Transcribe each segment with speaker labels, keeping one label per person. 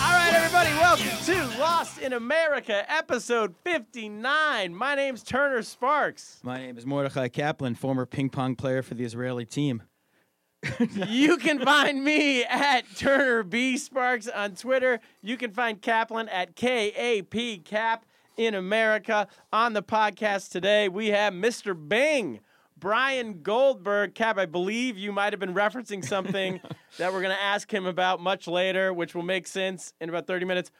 Speaker 1: All right, everybody, welcome to Lost in America, episode 59. My name's Turner Sparks.
Speaker 2: My name is Mordechai Kaplan, former ping pong player for the Israeli team.
Speaker 1: You can find me at Turner B Sparks on Twitter. You can find Kaplan at K A P Cap in America. On the podcast today, we have Mr. Bing, Brian Goldberg. Cap, I believe you might have been referencing something that we're going to ask him about much later, which will make sense in about 30 minutes.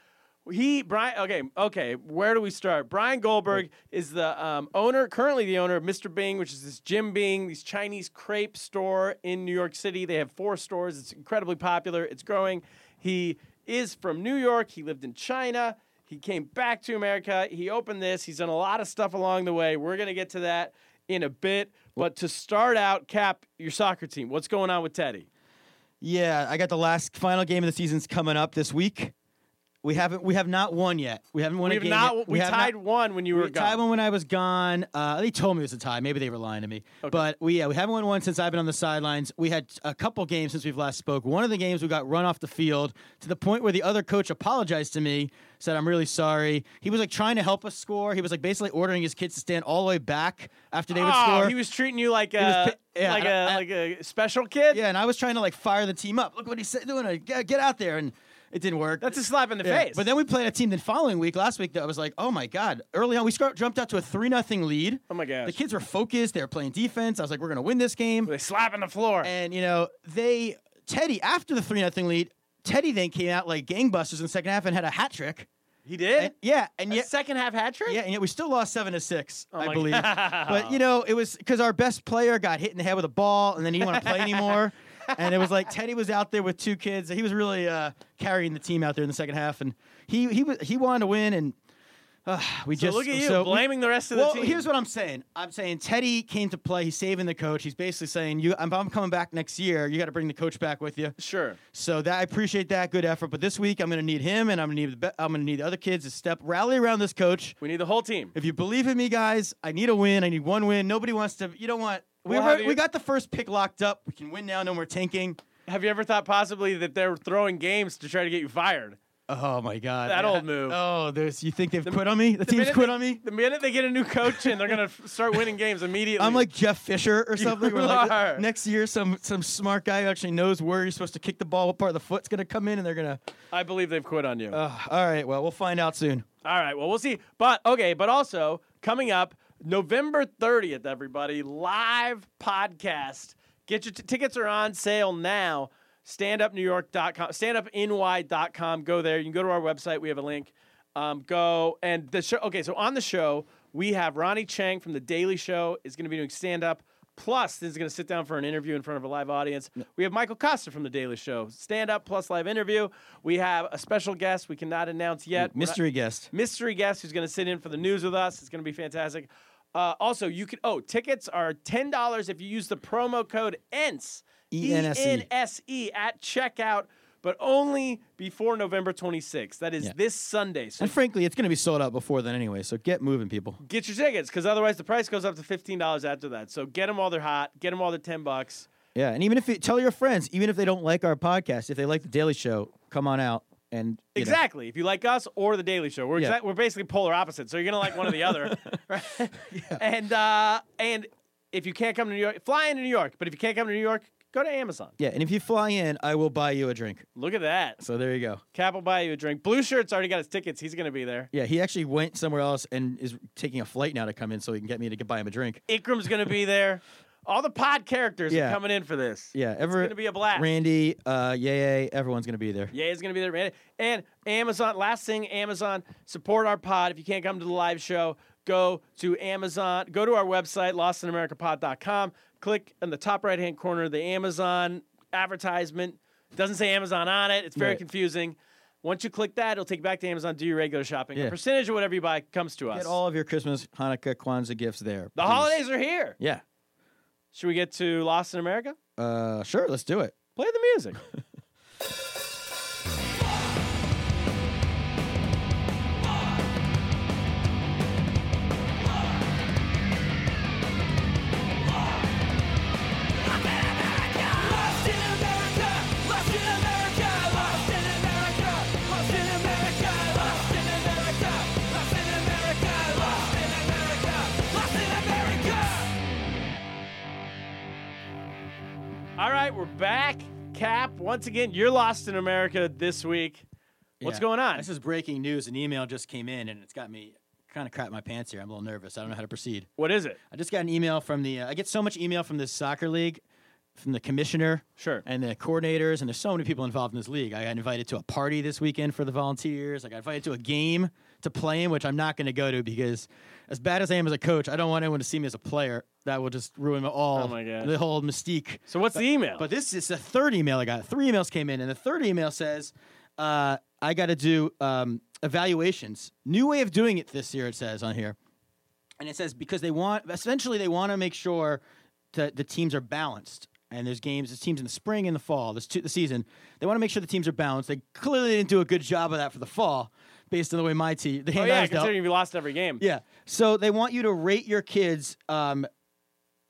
Speaker 1: He Brian. Okay, okay. Where do we start? Brian Goldberg is the um, owner, currently the owner of Mr. Bing, which is this Jim Bing, these Chinese crepe store in New York City. They have four stores. It's incredibly popular. It's growing. He is from New York. He lived in China. He came back to America. He opened this. He's done a lot of stuff along the way. We're gonna get to that in a bit. But to start out, Cap, your soccer team. What's going on with Teddy?
Speaker 2: Yeah, I got the last final game of the season's coming up this week. We haven't we have not won yet. We haven't won a
Speaker 1: We have
Speaker 2: game
Speaker 1: not.
Speaker 2: yet.
Speaker 1: We,
Speaker 2: have
Speaker 1: tied
Speaker 2: not-
Speaker 1: one when you
Speaker 2: We
Speaker 1: were gone.
Speaker 2: tied one when I was gone. Uh, they told me it was a tie. Maybe they were lying to me. But we yeah, we haven't won one since I've been on the sidelines. We had a couple games since we've last spoke. One of the games we got run off the field to the point where the other coach apologized to me, said I'm really sorry. He was like trying to help us score. He was like basically ordering his kids to stand all the way back after they would
Speaker 1: Oh,
Speaker 2: score.
Speaker 1: he was treating you like a
Speaker 2: was pi- yeah,
Speaker 1: like
Speaker 2: I-
Speaker 1: a
Speaker 2: I-
Speaker 1: like a special kid.
Speaker 2: Yeah, and I was trying to like fire the team up. Look what he's doing. uh, Get, get out there, and it didn't work.
Speaker 1: that's a slap in the
Speaker 2: Yeah.
Speaker 1: face.
Speaker 2: But then we played a team. The following week, last week, that I was like, oh my god. Early on, we start, jumped out to a three nothing lead.
Speaker 1: Oh my gosh.
Speaker 2: The kids were focused. They were playing defense. I was like, we're gonna win this game.
Speaker 1: they slap on the floor.
Speaker 2: And you know, they Teddy after the three nothing lead, Teddy then came out like gangbusters in the second half and had a hat trick.
Speaker 1: he did.
Speaker 2: And- yeah, and
Speaker 1: A
Speaker 2: yet
Speaker 1: second half hat trick.
Speaker 2: yeah, and yet we still lost seven to six,
Speaker 1: Oh my
Speaker 2: I believe.
Speaker 1: God.
Speaker 2: But you know, it was because our best player got hit in the head with a ball, and then he didn't want to play anymore. And it was like Teddy was out there with two kids. He was really uh, carrying the team out there in the second half, and he he was he wanted to win, and uh, we
Speaker 1: So
Speaker 2: just
Speaker 1: look at you
Speaker 2: so we-
Speaker 1: blaming the rest of the
Speaker 2: well,
Speaker 1: team.
Speaker 2: here's what I'm saying. I'm saying Teddy came to play. He's saving the coach. He's basically saying, "You, I'm, I'm coming back next year. You got to bring the coach back with you."
Speaker 1: sure.
Speaker 2: So that I appreciate that good effort, but this week I'm going to need him, and I'm going to need the be- I'm going to need the other kids to step rally around this coach.
Speaker 1: We need the whole team.
Speaker 2: If you believe in me, guys, I need a win. I need one win. Nobody wants to. You don't want. We,
Speaker 1: Well,
Speaker 2: were-
Speaker 1: have you-
Speaker 2: we got the first pick locked up. We can win now. No more tanking.
Speaker 1: Have you ever thought possibly that they're throwing games to try to get you fired?
Speaker 2: Oh my god,
Speaker 1: That old move.
Speaker 2: Oh, there's. You think they've quit on me? The,
Speaker 1: The
Speaker 2: team's
Speaker 1: minute
Speaker 2: quit
Speaker 1: they-
Speaker 2: on me.
Speaker 1: The minute they get a new coach in, they're gonna f- start winning games immediately.
Speaker 2: I'm like Jeff Fisher or something. We're like,
Speaker 1: are.
Speaker 2: next year, some some smart guy who actually knows where you're supposed to kick the ball, what part of the foot's gonna come in, and they're gonna.
Speaker 1: I believe they've quit on you.
Speaker 2: Uh, all right, well, we'll find out soon.
Speaker 1: All right. Well, we'll see. But okay. But also coming up November 30th, everybody, live podcast. Get your t- tickets are on sale now. StandUpNewYork.com, StandUpNY.com. Go there. You can go to our website. We have a link. Um, go and the show. Okay, so on the show we have Ronnie Chang from the Daily Show is going to be doing stand up. Plus, this is going to sit down for an interview in front of a live audience. We have Michael Costa from The Daily Show, stand up plus live interview. We have a special guest we cannot announce yet. We're not-
Speaker 2: Mystery guest.
Speaker 1: mystery guest who's going to sit in for the news with us. It's going to be fantastic. Uh, also, you can oh, tickets are ten E dollars if you use the promo code ENSE
Speaker 2: E N S E.
Speaker 1: E N S E at checkout but only before November 26th. That is
Speaker 2: Yeah.
Speaker 1: this Sunday. So
Speaker 2: And frankly, it's going to be sold out before then anyway. So get moving, people.
Speaker 1: get your tickets because otherwise the price goes up to $15 after that. So get them while they're hot, get them while they're 10 bucks.
Speaker 2: Yeah, and even if you tell your friends, even if they don't like our podcast, if they like the Daily Show, come on out and you know.
Speaker 1: Exactly. If you like us or the Daily Show, we're
Speaker 2: Yeah.
Speaker 1: exact, we're basically polar opposites. So you're gonna like one or the other. right? And uh, and if you can't come to New York, fly into New York. But if you can't come to New York, go to Amazon.
Speaker 2: Yeah, and if you fly in, I will buy you a drink.
Speaker 1: Look at that.
Speaker 2: So there you go.
Speaker 1: Cap will buy you a drink. Blue shirt's already got his tickets. He's gonna be there.
Speaker 2: Yeah, he actually went somewhere else and is taking a flight now to come in so he can get me to get- buy him a drink.
Speaker 1: Ikram's gonna be there. All the pod characters are
Speaker 2: Yeah.
Speaker 1: coming in for this.
Speaker 2: Yeah, ever
Speaker 1: gonna be a blast.
Speaker 2: Randy, uh, yay, everyone's gonna be there.
Speaker 1: Yeah, it's gonna be there, man. And Amazon. Last thing, Amazon support our pod. If you can't come to the live show, go to Amazon. Go to our website, lostinamericapod.com. Click in the top right hand corner the Amazon advertisement. Doesn't say Amazon on it. It's very
Speaker 2: Right.
Speaker 1: confusing. Once you click that, it'll take you back to Amazon. Do your regular shopping. A
Speaker 2: Yeah.
Speaker 1: percentage of whatever you buy comes to us.
Speaker 2: Get all of your Christmas, Hanukkah, Kwanzaa gifts there.
Speaker 1: the
Speaker 2: please.
Speaker 1: holidays are here.
Speaker 2: Yeah.
Speaker 1: Should we get to Lost in America?
Speaker 2: Uh, sure, let's do it.
Speaker 1: Play the music. All right, we're back. Cap, once again, you're lost in America this week. What's
Speaker 2: Yeah.
Speaker 1: going on?
Speaker 2: This is breaking news. An email just came in and it's got me kind of crap my pants here. I'm a little nervous. I don't know how to proceed.
Speaker 1: what is it?
Speaker 2: I just got an email from the. Uh, I get so much email from this soccer league, from the commissioner,
Speaker 1: Sure.
Speaker 2: and the coordinators, and there's so many people involved in this league. I got invited to a party this weekend for the Volunteers. I got invited to a game to play in, which I'm not going to go to because, as bad as I am as a coach, I don't want anyone to see me as a player. That will just ruin all
Speaker 1: Oh my gosh.
Speaker 2: the whole mystique.
Speaker 1: So what's the email?
Speaker 2: But this is the third email I got. Three emails came in, and the third email says, uh, "I got to do um, evaluations. New way of doing it this year." It says on here, and it says because they want essentially they want to make sure that the teams are balanced. And there's games, there's teams in the spring and the fall, there's two, the season. They want to make sure the teams are balanced. They clearly didn't do a good job of that for the fall, based on the way my team, the
Speaker 1: oh
Speaker 2: hand I
Speaker 1: yeah,
Speaker 2: was dealt.
Speaker 1: considering you lost every game.
Speaker 2: Yeah. So they want you to rate your kids um,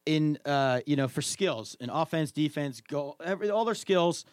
Speaker 2: in uh, you know for skills in offense, defense, goal, every, all their skills,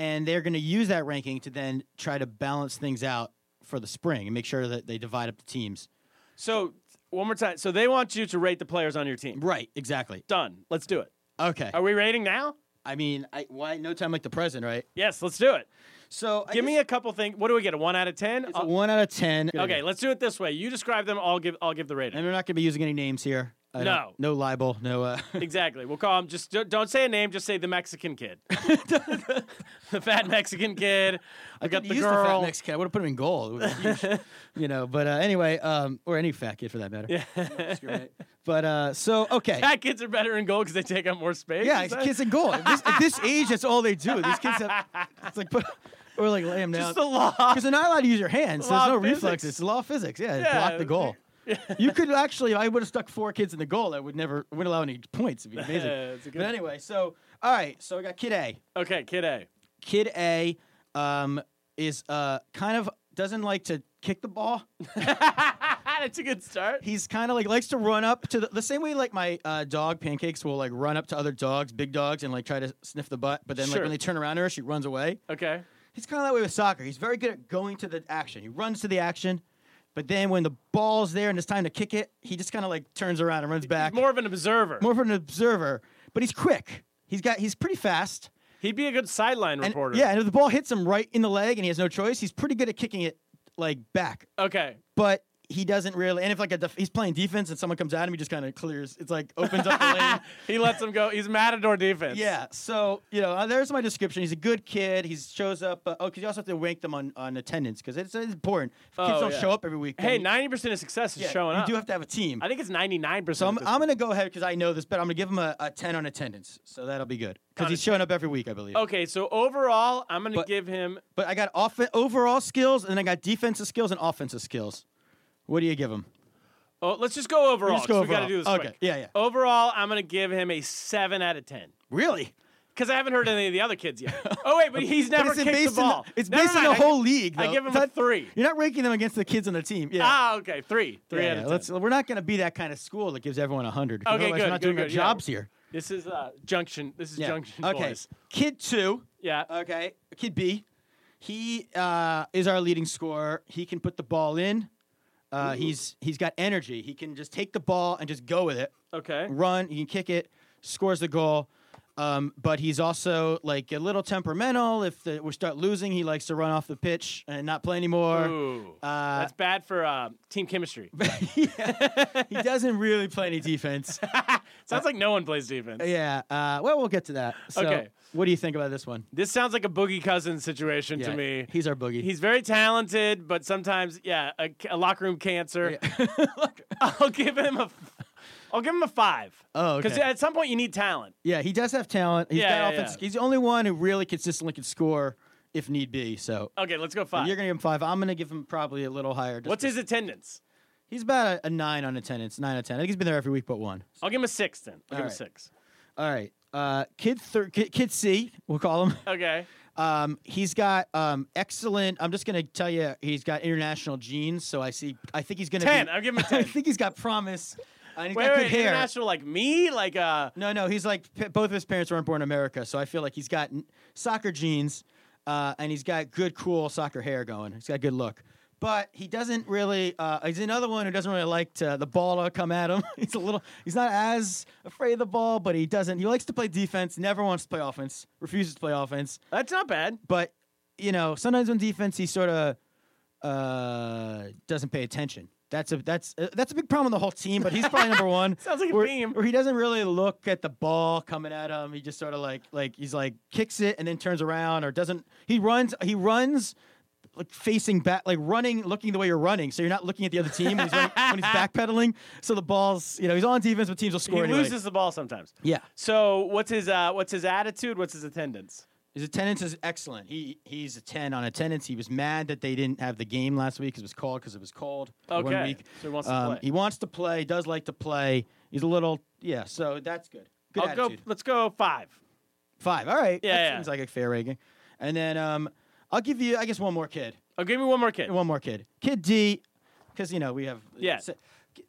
Speaker 2: and they're going to use that ranking to then try to balance things out for the spring and make sure that they divide up the teams.
Speaker 1: So one more time. So they want you to rate the players on your team.
Speaker 2: Right. Exactly.
Speaker 1: Done. Let's do it.
Speaker 2: Okay.
Speaker 1: Are we rating now?
Speaker 2: I mean, I, why no time like the present, right?
Speaker 1: Yes, let's do it.
Speaker 2: So I
Speaker 1: Give me
Speaker 2: guess
Speaker 1: a couple things. What do we get? A one out of ten?
Speaker 2: it's a one out of ten.
Speaker 1: okay, let's do it this way. You describe them. I'll give. I'll give the rating.
Speaker 2: And we're not going to be using any names here. I don't-
Speaker 1: No.
Speaker 2: No libel. No. Uh,
Speaker 1: Exactly. We'll call him. Just don't, don't say a name. Just say the Mexican kid, the fat Mexican kid. I got the
Speaker 2: use
Speaker 1: girl.
Speaker 2: The fat Mexican. I would have put him in goal. It would've been huge. you know, but uh, anyway, um, or any fat kid for that matter. Yeah. but uh, so okay.
Speaker 1: Fat kids are better in goal because they take up more space.
Speaker 2: yeah,
Speaker 1: is
Speaker 2: it's
Speaker 1: that-
Speaker 2: kids in goal. At this, at this age, that's all they do. These kids have. It's like put. Or like lay him down.
Speaker 1: Just the law.
Speaker 2: Because they're not allowed to use your hands.
Speaker 1: Law
Speaker 2: There's no
Speaker 1: of physics.
Speaker 2: reflexes. It's the law of physics. Yeah,
Speaker 1: Yeah,
Speaker 2: block the
Speaker 1: it's
Speaker 2: goal. you could actually, I would have stuck four kids in the goal. I would never, wouldn't allow any points. It'd be amazing.
Speaker 1: That's a good-
Speaker 2: but anyway, so, all right, so we got kid A.
Speaker 1: Okay, kid A.
Speaker 2: Kid A um, is uh, kind of doesn't like to kick the ball.
Speaker 1: That's a good start.
Speaker 2: He's kind of like likes to run up to the, the same way like my uh, dog Pancakes will like run up to other dogs, big dogs, and like try to sniff the butt. But then like
Speaker 1: Sure.
Speaker 2: when they turn around to her, she runs away.
Speaker 1: Okay.
Speaker 2: He's kind of that way with soccer. He's very good at going to the action. He runs to the action, but then when the ball's there and it's time to kick it, he just kind of like turns around and runs back.
Speaker 1: More of an observer.
Speaker 2: more of an observer, but he's quick. He's got he's pretty fast.
Speaker 1: He'd be a good sideline
Speaker 2: And-
Speaker 1: reporter.
Speaker 2: Yeah, and if the ball hits him right in the leg and he has no choice, he's pretty good at kicking it like back.
Speaker 1: Okay.
Speaker 2: But he doesn't really. And if like a def- he's playing defense and someone comes at him, he just kind of clears. It's like opens up the lane.
Speaker 1: He lets him go. He's matador defense.
Speaker 2: Yeah. So you know, uh, there's my description. He's a good kid. He shows up. Uh, oh, because you also have to rank them on on attendance because it's, it's important. If kids
Speaker 1: Oh,
Speaker 2: don't
Speaker 1: yeah.
Speaker 2: show up every week. then
Speaker 1: Hey,
Speaker 2: you-
Speaker 1: ninety percent of success is
Speaker 2: yeah,
Speaker 1: showing
Speaker 2: You
Speaker 1: up.
Speaker 2: do have to have a team.
Speaker 1: I think it's ninety nine
Speaker 2: so I'm,
Speaker 1: percent.
Speaker 2: I'm gonna go ahead because I know this, but I'm gonna give him a, a ten on attendance. So that'll be good because he's showing up every week, I believe.
Speaker 1: okay. So overall, I'm gonna
Speaker 2: But-
Speaker 1: give him.
Speaker 2: But I got off- overall skills, and then I got defensive skills and offensive skills. What do you give him?
Speaker 1: Oh, let's just go overall.
Speaker 2: just go
Speaker 1: 'cause We got to
Speaker 2: overall.
Speaker 1: do this
Speaker 2: Okay,
Speaker 1: quick.
Speaker 2: yeah, yeah.
Speaker 1: Overall, I'm gonna give him a seven out of ten.
Speaker 2: Really?
Speaker 1: because I haven't heard any of the other kids yet. Oh wait, but he's never
Speaker 2: it's
Speaker 1: kicked
Speaker 2: based
Speaker 1: the ball.
Speaker 2: In the, it's
Speaker 1: Never
Speaker 2: based on
Speaker 1: mind,
Speaker 2: the
Speaker 1: I-
Speaker 2: whole league.
Speaker 1: I
Speaker 2: though.
Speaker 1: give him
Speaker 2: It's
Speaker 1: a
Speaker 2: not-
Speaker 1: three.
Speaker 2: You're not ranking them against the kids on their team. Yeah.
Speaker 1: Ah, okay, three, three
Speaker 2: Yeah,
Speaker 1: out
Speaker 2: yeah,
Speaker 1: of 10
Speaker 2: let's- we're not going to be that kind of school that gives everyone 100. 'cause
Speaker 1: Okay,
Speaker 2: otherwise
Speaker 1: good,
Speaker 2: We're not
Speaker 1: good,
Speaker 2: doing our
Speaker 1: good, yeah.
Speaker 2: jobs here.
Speaker 1: This is uh, Junction. This is
Speaker 2: Yeah.
Speaker 1: Junction
Speaker 2: okay.
Speaker 1: Boys.
Speaker 2: Kid two.
Speaker 1: Yeah.
Speaker 2: Okay. Kid B. He uh, is our leading scorer. He can put the ball in. Uh, he's he's got energy. He can just take the ball and just go with it.
Speaker 1: Okay.
Speaker 2: Run. He can kick it. Scores the goal. Um, but he's also like a little temperamental. If the, we start losing, he likes to run off the pitch and not play anymore.
Speaker 1: Ooh,
Speaker 2: Uh,
Speaker 1: that's bad for uh, team chemistry.
Speaker 2: he doesn't really play any defense.
Speaker 1: Sounds like no one plays defense.
Speaker 2: yeah. Uh, well, we'll get to that. So,
Speaker 1: Okay.
Speaker 2: What do you think about this one?
Speaker 1: This sounds like a Boogie Cousins situation
Speaker 2: Yeah,
Speaker 1: to me.
Speaker 2: He's our boogie.
Speaker 1: He's very talented, but sometimes, yeah, a, a locker room cancer. I'll give him a, I'll give him a five.
Speaker 2: Oh,
Speaker 1: because
Speaker 2: okay.
Speaker 1: at some point you need talent.
Speaker 2: Yeah, he does have talent. He's
Speaker 1: Yeah,
Speaker 2: got
Speaker 1: yeah,
Speaker 2: offense.
Speaker 1: yeah.
Speaker 2: He's the only one who really consistently can score if need be. So
Speaker 1: Okay, let's go 5
Speaker 2: you're gonna give him five. I'm gonna give him probably a little higher. just
Speaker 1: What's
Speaker 2: to-
Speaker 1: his attendance?
Speaker 2: He's about a, a nine on attendance. Nine out of ten. I think he's been there every week but one.
Speaker 1: I'll give him a six then. I'll give him
Speaker 2: All
Speaker 1: a
Speaker 2: right.
Speaker 1: six.
Speaker 2: All right, uh, kid, thir- kid, kid C, we'll call him.
Speaker 1: Okay.
Speaker 2: Um, he's got um, excellent. I'm just gonna tell you, he's got international genes. So I see. I think he's gonna be-
Speaker 1: 10. I'll give him a 10.
Speaker 2: I think he's got promise. And he's
Speaker 1: Wait,
Speaker 2: got
Speaker 1: wait,
Speaker 2: good hair.
Speaker 1: international like me, like uh,
Speaker 2: No, no, he's like p- both of his parents weren't born in America, so I feel like he's got n- soccer genes, uh, and he's got good, cool soccer hair going. He's got a good look, but he doesn't really. Uh, he's another one who doesn't really like to, the ball to come at him. he's a little. He's not as afraid of the ball, but he doesn't. He likes to play defense. Never wants to play offense. Refuses to play offense.
Speaker 1: that's not bad.
Speaker 2: But you know, sometimes on defense, he sort of uh, doesn't pay attention. That's a that's uh, that's a big problem on the whole team. But he's probably number one.
Speaker 1: Sounds like a
Speaker 2: where,
Speaker 1: meme.
Speaker 2: Where he doesn't really look at the ball coming at him. He just sort of like like he's like kicks it and then turns around or doesn't. He runs. He runs. Like facing back, like running, looking the way you're running, so you're not looking at the other team when he's, running, when he's backpedaling. So the ball's, you know, he's on defense, but teams will
Speaker 1: He
Speaker 2: score anyway.
Speaker 1: loses the ball sometimes.
Speaker 2: Yeah,
Speaker 1: So what's his uh, what's his attitude? What's his attendance?
Speaker 2: His attendance is excellent. He he's a ten on attendance. He was mad that they didn't have the game last week 'cause it was called because it was cold. for
Speaker 1: Okay,
Speaker 2: One week. Um,
Speaker 1: so he wants to play.
Speaker 2: He wants to play. He does like to play. He's a little yeah. So that's good. Good
Speaker 1: I'll
Speaker 2: attitude.
Speaker 1: go. Let's go five.
Speaker 2: Five. All right.
Speaker 1: Yeah,
Speaker 2: That
Speaker 1: yeah.
Speaker 2: seems like a fair rating. And then um, I'll give you I guess one more kid.
Speaker 1: Oh, give me one more kid.
Speaker 2: One more kid. Kid D, because you know we have
Speaker 1: Yeah.
Speaker 2: s-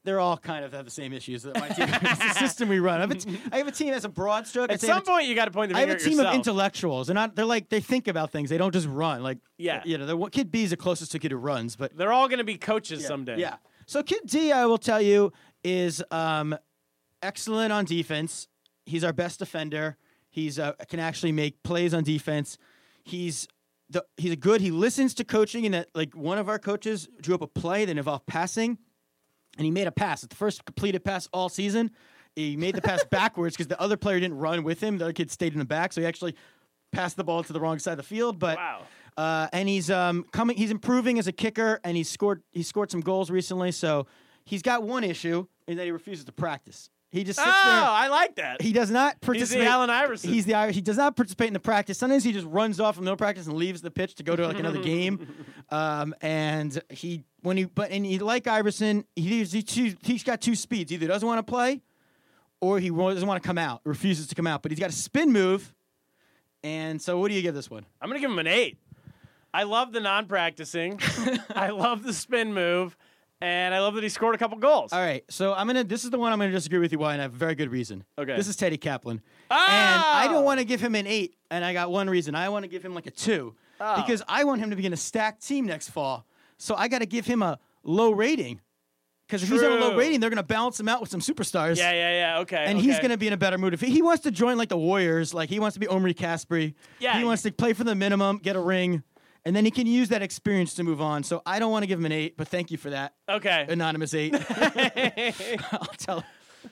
Speaker 2: They're all kind of have the same issues that my team. it's the system we run. I have a t- I have a team that's a broad stroke. I'd
Speaker 1: At
Speaker 2: say I have
Speaker 1: some
Speaker 2: a t-
Speaker 1: point, you got to point the
Speaker 2: I have
Speaker 1: finger
Speaker 2: a
Speaker 1: at
Speaker 2: team
Speaker 1: yourself.
Speaker 2: of intellectuals. They're not. They're like they think about things. They don't just run. Like
Speaker 1: Yeah.
Speaker 2: you know, the kid B is the closest to kid who runs, but
Speaker 1: They're all going to be coaches someday.
Speaker 2: yeah. So kid D, I will tell you, is um, excellent on defense. He's our best defender. He's uh, can actually make plays on defense. He's the he's good. He listens to coaching, and that like one of our coaches drew up a play that involved passing and he made a pass. It's the first completed pass all season. He made the pass backwards because the other player didn't run with him. The other kid stayed in the back, so he actually passed the ball to the wrong side of the field. But
Speaker 1: Wow.
Speaker 2: uh, and he's um, coming. He's improving as a kicker, and he scored. He scored some goals recently. So he's got one issue in that he refuses to practice. He just
Speaker 1: Oh,
Speaker 2: sits there.
Speaker 1: I like that.
Speaker 2: He does not participate.
Speaker 1: Allen Iverson.
Speaker 2: He's the Irish. He does not participate in the practice. Sometimes he just runs off from the practice and leaves the pitch to go to like another game. Um, and he when he but and he like Iverson. He, he's- he two, he's got two speeds. Either doesn't want to play, or he wa- doesn't want to come out. Refuses to come out. But he's got a spin move. And so, what do you give this one?
Speaker 1: I'm going to give him an eight. I love the non-practicing. I love the spin move, and I love that he scored a couple goals.
Speaker 2: All right, so I'm gonna. This is the one I'm gonna disagree with you why, and I have a very good reason.
Speaker 1: Okay.
Speaker 2: This is Teddy Kaplan, and I
Speaker 1: Oh!
Speaker 2: don't want to give him an eight, and I got one reason. I want to give him like a two
Speaker 1: Ah.
Speaker 2: because I want him to be in a stacked team next fall. So I got to give him a low rating because if he's on a low
Speaker 1: True.
Speaker 2: rating, they're gonna balance him out with some superstars.
Speaker 1: Yeah, yeah, yeah. Okay.
Speaker 2: And he's
Speaker 1: okay.
Speaker 2: gonna be in a better mood if he, he wants to join like the Warriors. Like he wants to be Omri Caspery.
Speaker 1: Yeah.
Speaker 2: He wants to play for the minimum, get a ring, and then he can use that experience to move on. So I don't want to give him an eight, but thank you for that
Speaker 1: Okay.
Speaker 2: anonymous eight. I'll tell. Him.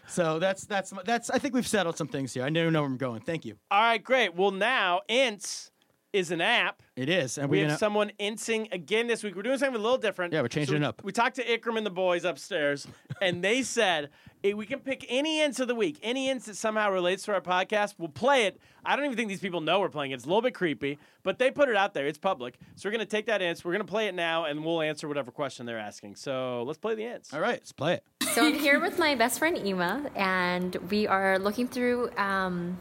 Speaker 2: So that's that's my- that's. I think we've settled some things here. I never know where I'm going. Thank you.
Speaker 1: All right, great. Well, now Ints is an app.
Speaker 2: It is, and
Speaker 1: We
Speaker 2: we,
Speaker 1: have
Speaker 2: know-
Speaker 1: someone intsing again this week. We're doing something a little different.
Speaker 2: Yeah, we're changing it up.
Speaker 1: We talked to Ikram and the boys upstairs, and they said "Hey, we can pick any ints of the week, any ints that somehow relates to our podcast. We'll play it. I don't even think these people know we're playing it. It's a little bit creepy, but they put it out there. It's public. So we're going to take that ints. We're going to play it now, and we'll answer whatever question they're asking. So let's play the ints.
Speaker 2: All right, let's play it.
Speaker 3: So I'm here with my best friend Ima, and we are looking through um,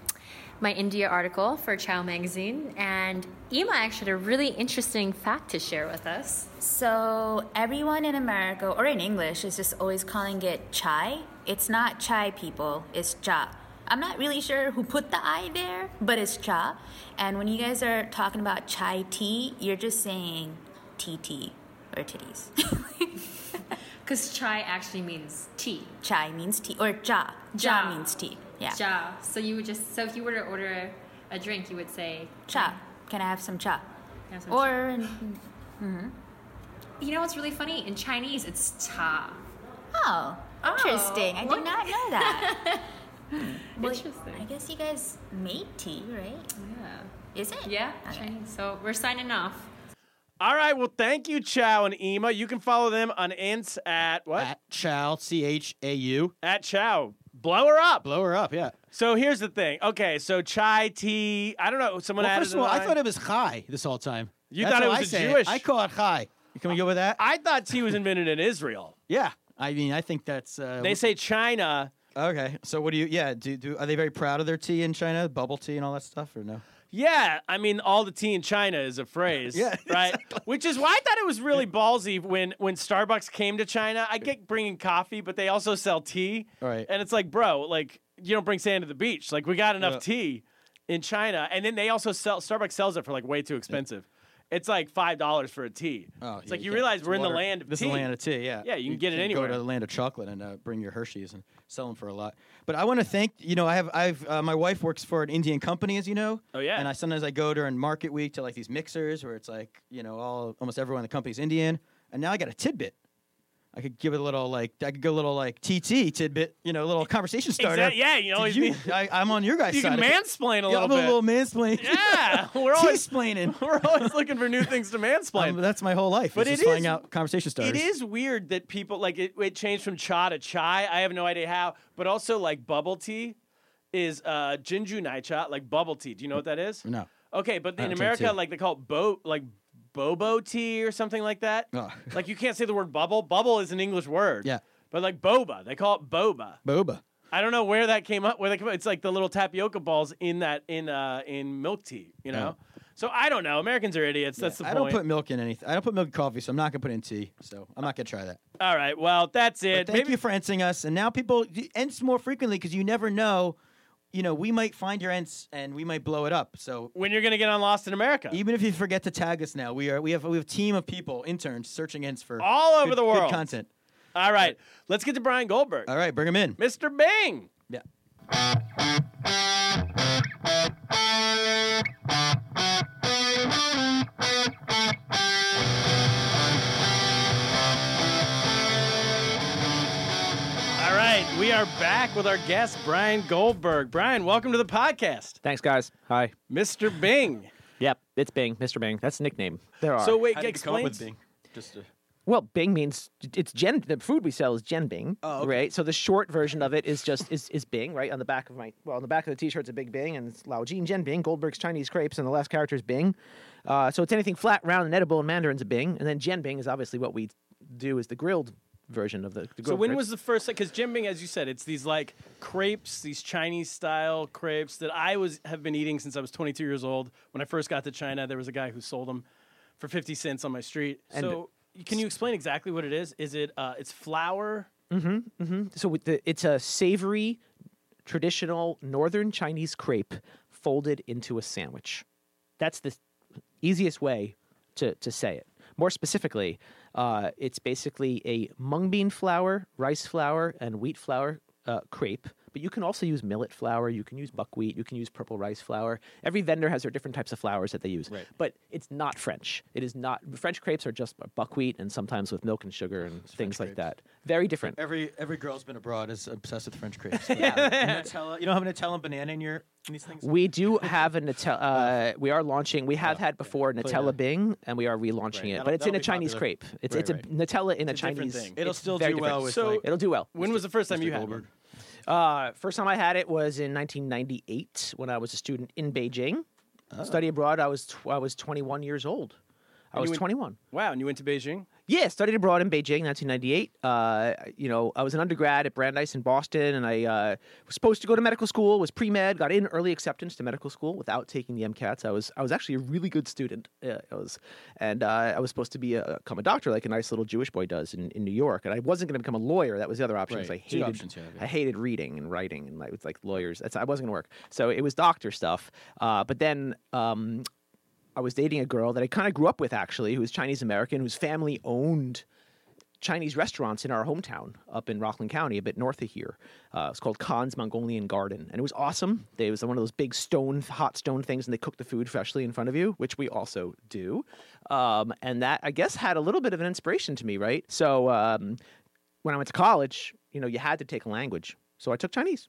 Speaker 3: my India article for Chow Magazine, and Ima actually had a really interesting fact to share with us.
Speaker 4: So everyone in America or in English is just always calling it chai. It's not chai people, it's cha. I'm not really sure who put the I there, but it's cha. And when you guys are talking about chai tea, you're just saying TT or titties.
Speaker 3: Because chai actually means tea.
Speaker 4: chai means tea or cha. Cha
Speaker 3: Cha.
Speaker 4: means tea. Yeah.
Speaker 3: Ja. So you would just so if you were to order a drink, you would say
Speaker 4: Cha. Can I have some cha?
Speaker 3: Have some Mm-hmm.
Speaker 4: Or in,
Speaker 3: You know what's really funny? In Chinese, it's ta.
Speaker 4: oh,
Speaker 3: Oh,
Speaker 4: interesting. I
Speaker 3: look.
Speaker 4: did not know that. Hmm. Well,
Speaker 3: Interesting.
Speaker 4: I guess you guys made tea, right?
Speaker 3: Yeah.
Speaker 4: Is it?
Speaker 3: Yeah.
Speaker 4: Okay.
Speaker 3: Chinese. So we're signing off.
Speaker 1: All right. Well, thank you, Chow and Ema. You can follow them on Ints at what?
Speaker 2: At Chow, C H A U.
Speaker 1: At Chow. Blow her up.
Speaker 2: Blow her up, yeah.
Speaker 1: So here's the thing. Okay, so chai tea. I don't know. Someone
Speaker 2: Well,
Speaker 1: added.
Speaker 2: first of all,
Speaker 1: a
Speaker 2: I
Speaker 1: line.
Speaker 2: thought it was chai this whole time.
Speaker 1: You
Speaker 2: That's
Speaker 1: thought it
Speaker 2: how
Speaker 1: was
Speaker 2: I
Speaker 1: a
Speaker 2: say
Speaker 1: Jewish-
Speaker 2: I call it chai. Can we go with that?
Speaker 1: I thought tea was invented in Israel.
Speaker 2: yeah. I mean, I think that's. Uh,
Speaker 1: They say China.
Speaker 2: okay. So, what do you? Yeah. Do, do are they very proud of their tea in China, bubble tea and all that stuff, or no?
Speaker 1: Yeah, I mean, all the tea in China is a phrase,
Speaker 2: Yeah,
Speaker 1: right? Which is why I thought it was really ballsy when when Starbucks came to China. I get bringing coffee, but they also sell tea,
Speaker 2: Right.
Speaker 1: And it's like, bro, like you don't bring sand to the beach. Like we got enough tea in China, and then they also sell Starbucks sells it for like way too expensive. It's like five dollars for a tea.
Speaker 2: Oh,
Speaker 1: it's
Speaker 2: yeah,
Speaker 1: like you
Speaker 2: can't-
Speaker 1: realize
Speaker 2: it's
Speaker 1: we're in the
Speaker 2: water-
Speaker 1: land of
Speaker 2: this
Speaker 1: tea.
Speaker 2: is the land of tea. Yeah,
Speaker 1: Yeah, you can get it anywhere.
Speaker 2: Go to the land of chocolate and uh, bring your Hershey's and sell them for a lot. But I want to thank you know I have I've uh, my wife works for an Indian company as you know.
Speaker 1: Oh, yeah.
Speaker 2: And I sometimes I go during market week to like these mixers where it's like you know all almost everyone in the company's Indian, and now I got a tidbit. I could give it a little like I could go a little like TT tidbit, you know, a little conversation starter.
Speaker 1: Exact- yeah, you
Speaker 2: to
Speaker 1: always
Speaker 2: you.
Speaker 1: need-
Speaker 2: I, I'm on your guys'
Speaker 1: You
Speaker 2: side.
Speaker 1: can
Speaker 2: of it.
Speaker 1: mansplain a
Speaker 2: Yeah,
Speaker 1: little
Speaker 2: I'm
Speaker 1: bit.
Speaker 2: a little mansplaining.
Speaker 1: yeah, we're always
Speaker 2: Teasplaining.
Speaker 1: we're always looking for new things to mansplain.
Speaker 2: Um, that's my whole life.
Speaker 1: But
Speaker 2: is just
Speaker 1: it
Speaker 2: finding
Speaker 1: is-
Speaker 2: out conversation starters.
Speaker 1: It is weird that people like it, it changed from cha to chai. I have no idea how, but also like bubble tea is uh jinju naicha, like bubble tea. Do you know what that is?
Speaker 2: No.
Speaker 1: Okay, but in
Speaker 2: don't drink
Speaker 1: America,
Speaker 2: tea.
Speaker 1: like they call it bo like bobo tea or something like that.
Speaker 2: Oh.
Speaker 1: Like you can't say the word bubble. Bubble is an English word.
Speaker 2: Yeah.
Speaker 1: But like boba, they call it boba.
Speaker 2: boba.
Speaker 1: I don't know where that came up. Where they come up. It's like the little tapioca balls in that in uh in milk tea. You know. So I don't know. Americans are idiots. That's the
Speaker 2: I don't
Speaker 1: point.
Speaker 2: put milk in anything. I don't put milk in coffee, so I'm not gonna put in tea. So I'm not gonna try that.
Speaker 1: All right. Well, that's
Speaker 2: But
Speaker 1: it.
Speaker 2: thank you for entsing us. And now people y- ents more frequently because you never know. You know, we might find your ents and we might blow it up. So
Speaker 1: when you're gonna get on Lost in America.
Speaker 2: even if you forget to tag us now, we are we have we have a team of people interns searching ents for
Speaker 1: All over
Speaker 2: good-
Speaker 1: the world.
Speaker 2: good content.
Speaker 1: All right, let's get to Brian Goldberg,
Speaker 2: All right, bring them in.
Speaker 1: Mr. Bing.
Speaker 2: Yeah.
Speaker 1: All right, we are back with our guest Brian Goldberg. Brian, welcome to the podcast,
Speaker 5: Thanks, guys. Hi.
Speaker 1: Mr. Bing.
Speaker 5: Yep, it's Bing, Mr. Bing. That's the nickname. There are.
Speaker 1: So wait,
Speaker 2: How did you come
Speaker 1: explain.
Speaker 2: up with Bing? Just to-
Speaker 5: well, Bing means it's Gen. The food we sell is Gen Bing, oh, right? So the short version of it is just is, is Bing, right? On the back of my well, on the back of the T-shirt's a Big Bing, and it's Lao Jean Gen Bing, Goldberg's Chinese crepes, and the last character is Bing. Uh, so it's anything flat, round, and edible, and Mandarin's a Bing, and then Gen Bing is obviously what we do is the grilled version of the. the
Speaker 1: So
Speaker 5: grilled
Speaker 1: when
Speaker 5: crepes.
Speaker 1: was the first? Because Jim Bing, as you said, it's these like crepes, these Chinese style crepes that I was have been eating since I was 22 years old. When I first got to China, there was a guy who sold them for 50 cents on my street.
Speaker 5: And-
Speaker 1: so can you explain exactly what it is? Is it uh, it's flour?
Speaker 5: so with the, it's a savory, traditional northern Chinese crepe folded into a sandwich. That's the easiest way to, to say it. More specifically, uh, it's basically a mung bean flour, rice flour, and wheat flour uh, crepe. But you can also use millet flour, you can use buckwheat, you can use purple rice flour. Every vendor has their different types of flours that they use. But it's not French. It is not French crepes are just buckwheat and sometimes with milk and sugar and things like that. Very different.
Speaker 2: Every every girl's been abroad is obsessed with French crepes. But, yeah. Nutella, you don't have a Nutella and banana in your in these things.
Speaker 5: We do have a Nutella. Uh,
Speaker 2: Oh.
Speaker 5: we are launching. We have had before Nutella Bing, and we are relaunching it. But
Speaker 2: That'll-
Speaker 5: it's in a
Speaker 2: that'll be
Speaker 5: Chinese
Speaker 2: popular.
Speaker 5: crepe. It's
Speaker 2: Right,
Speaker 5: it's a
Speaker 2: right.
Speaker 5: Nutella in a,
Speaker 1: different
Speaker 5: Chinese.
Speaker 1: thing.
Speaker 2: It'll
Speaker 5: it's
Speaker 2: still
Speaker 5: very
Speaker 2: do well with
Speaker 5: different.
Speaker 1: So-
Speaker 2: like,
Speaker 5: It'll do well.
Speaker 1: When was the first time
Speaker 2: Mr.
Speaker 1: you had
Speaker 2: Goldberg.
Speaker 1: one?
Speaker 5: Uh, first time I had it was in 1998 when I was a student
Speaker 2: Hmm.
Speaker 5: in Beijing.
Speaker 2: Oh.
Speaker 5: Study abroad. I was tw- I was 21 years old. I was
Speaker 1: went-
Speaker 5: 21.
Speaker 1: Wow, and you went to Beijing.
Speaker 5: Yeah, studied abroad in Beijing, 1998. Uh, you know, I was an undergrad at Brandeis in Boston, and I uh, was supposed to go to medical school. Was pre med, got in early acceptance to medical school without taking the MCATs. I was I was actually a really good student. Uh, I was, and uh, I was supposed to be a, become a doctor, like a nice little Jewish boy does in, in New York. And I wasn't going to become a lawyer. That was the other option. 'cause
Speaker 2: Right.
Speaker 5: I
Speaker 2: Two
Speaker 5: hated
Speaker 2: options you have, yeah.
Speaker 5: I hated reading and writing and like, it's like lawyers. That's I wasn't going to work. So it was doctor stuff. Uh, but then. Um, I was dating a girl that I kind of grew up with actually, who was Chinese American, whose family owned Chinese restaurants in our hometown up in Rockland County, a bit north of here. Uh, it's called Khan's Mongolian Garden, and it was awesome. They- It was one of those big stone, hot stone things, and they cook the food freshly in front of you, which we also do. Um, and that I guess had a little bit of an inspiration to me, right? So um, when I went to college, you know, you had to take a language, so I took Chinese.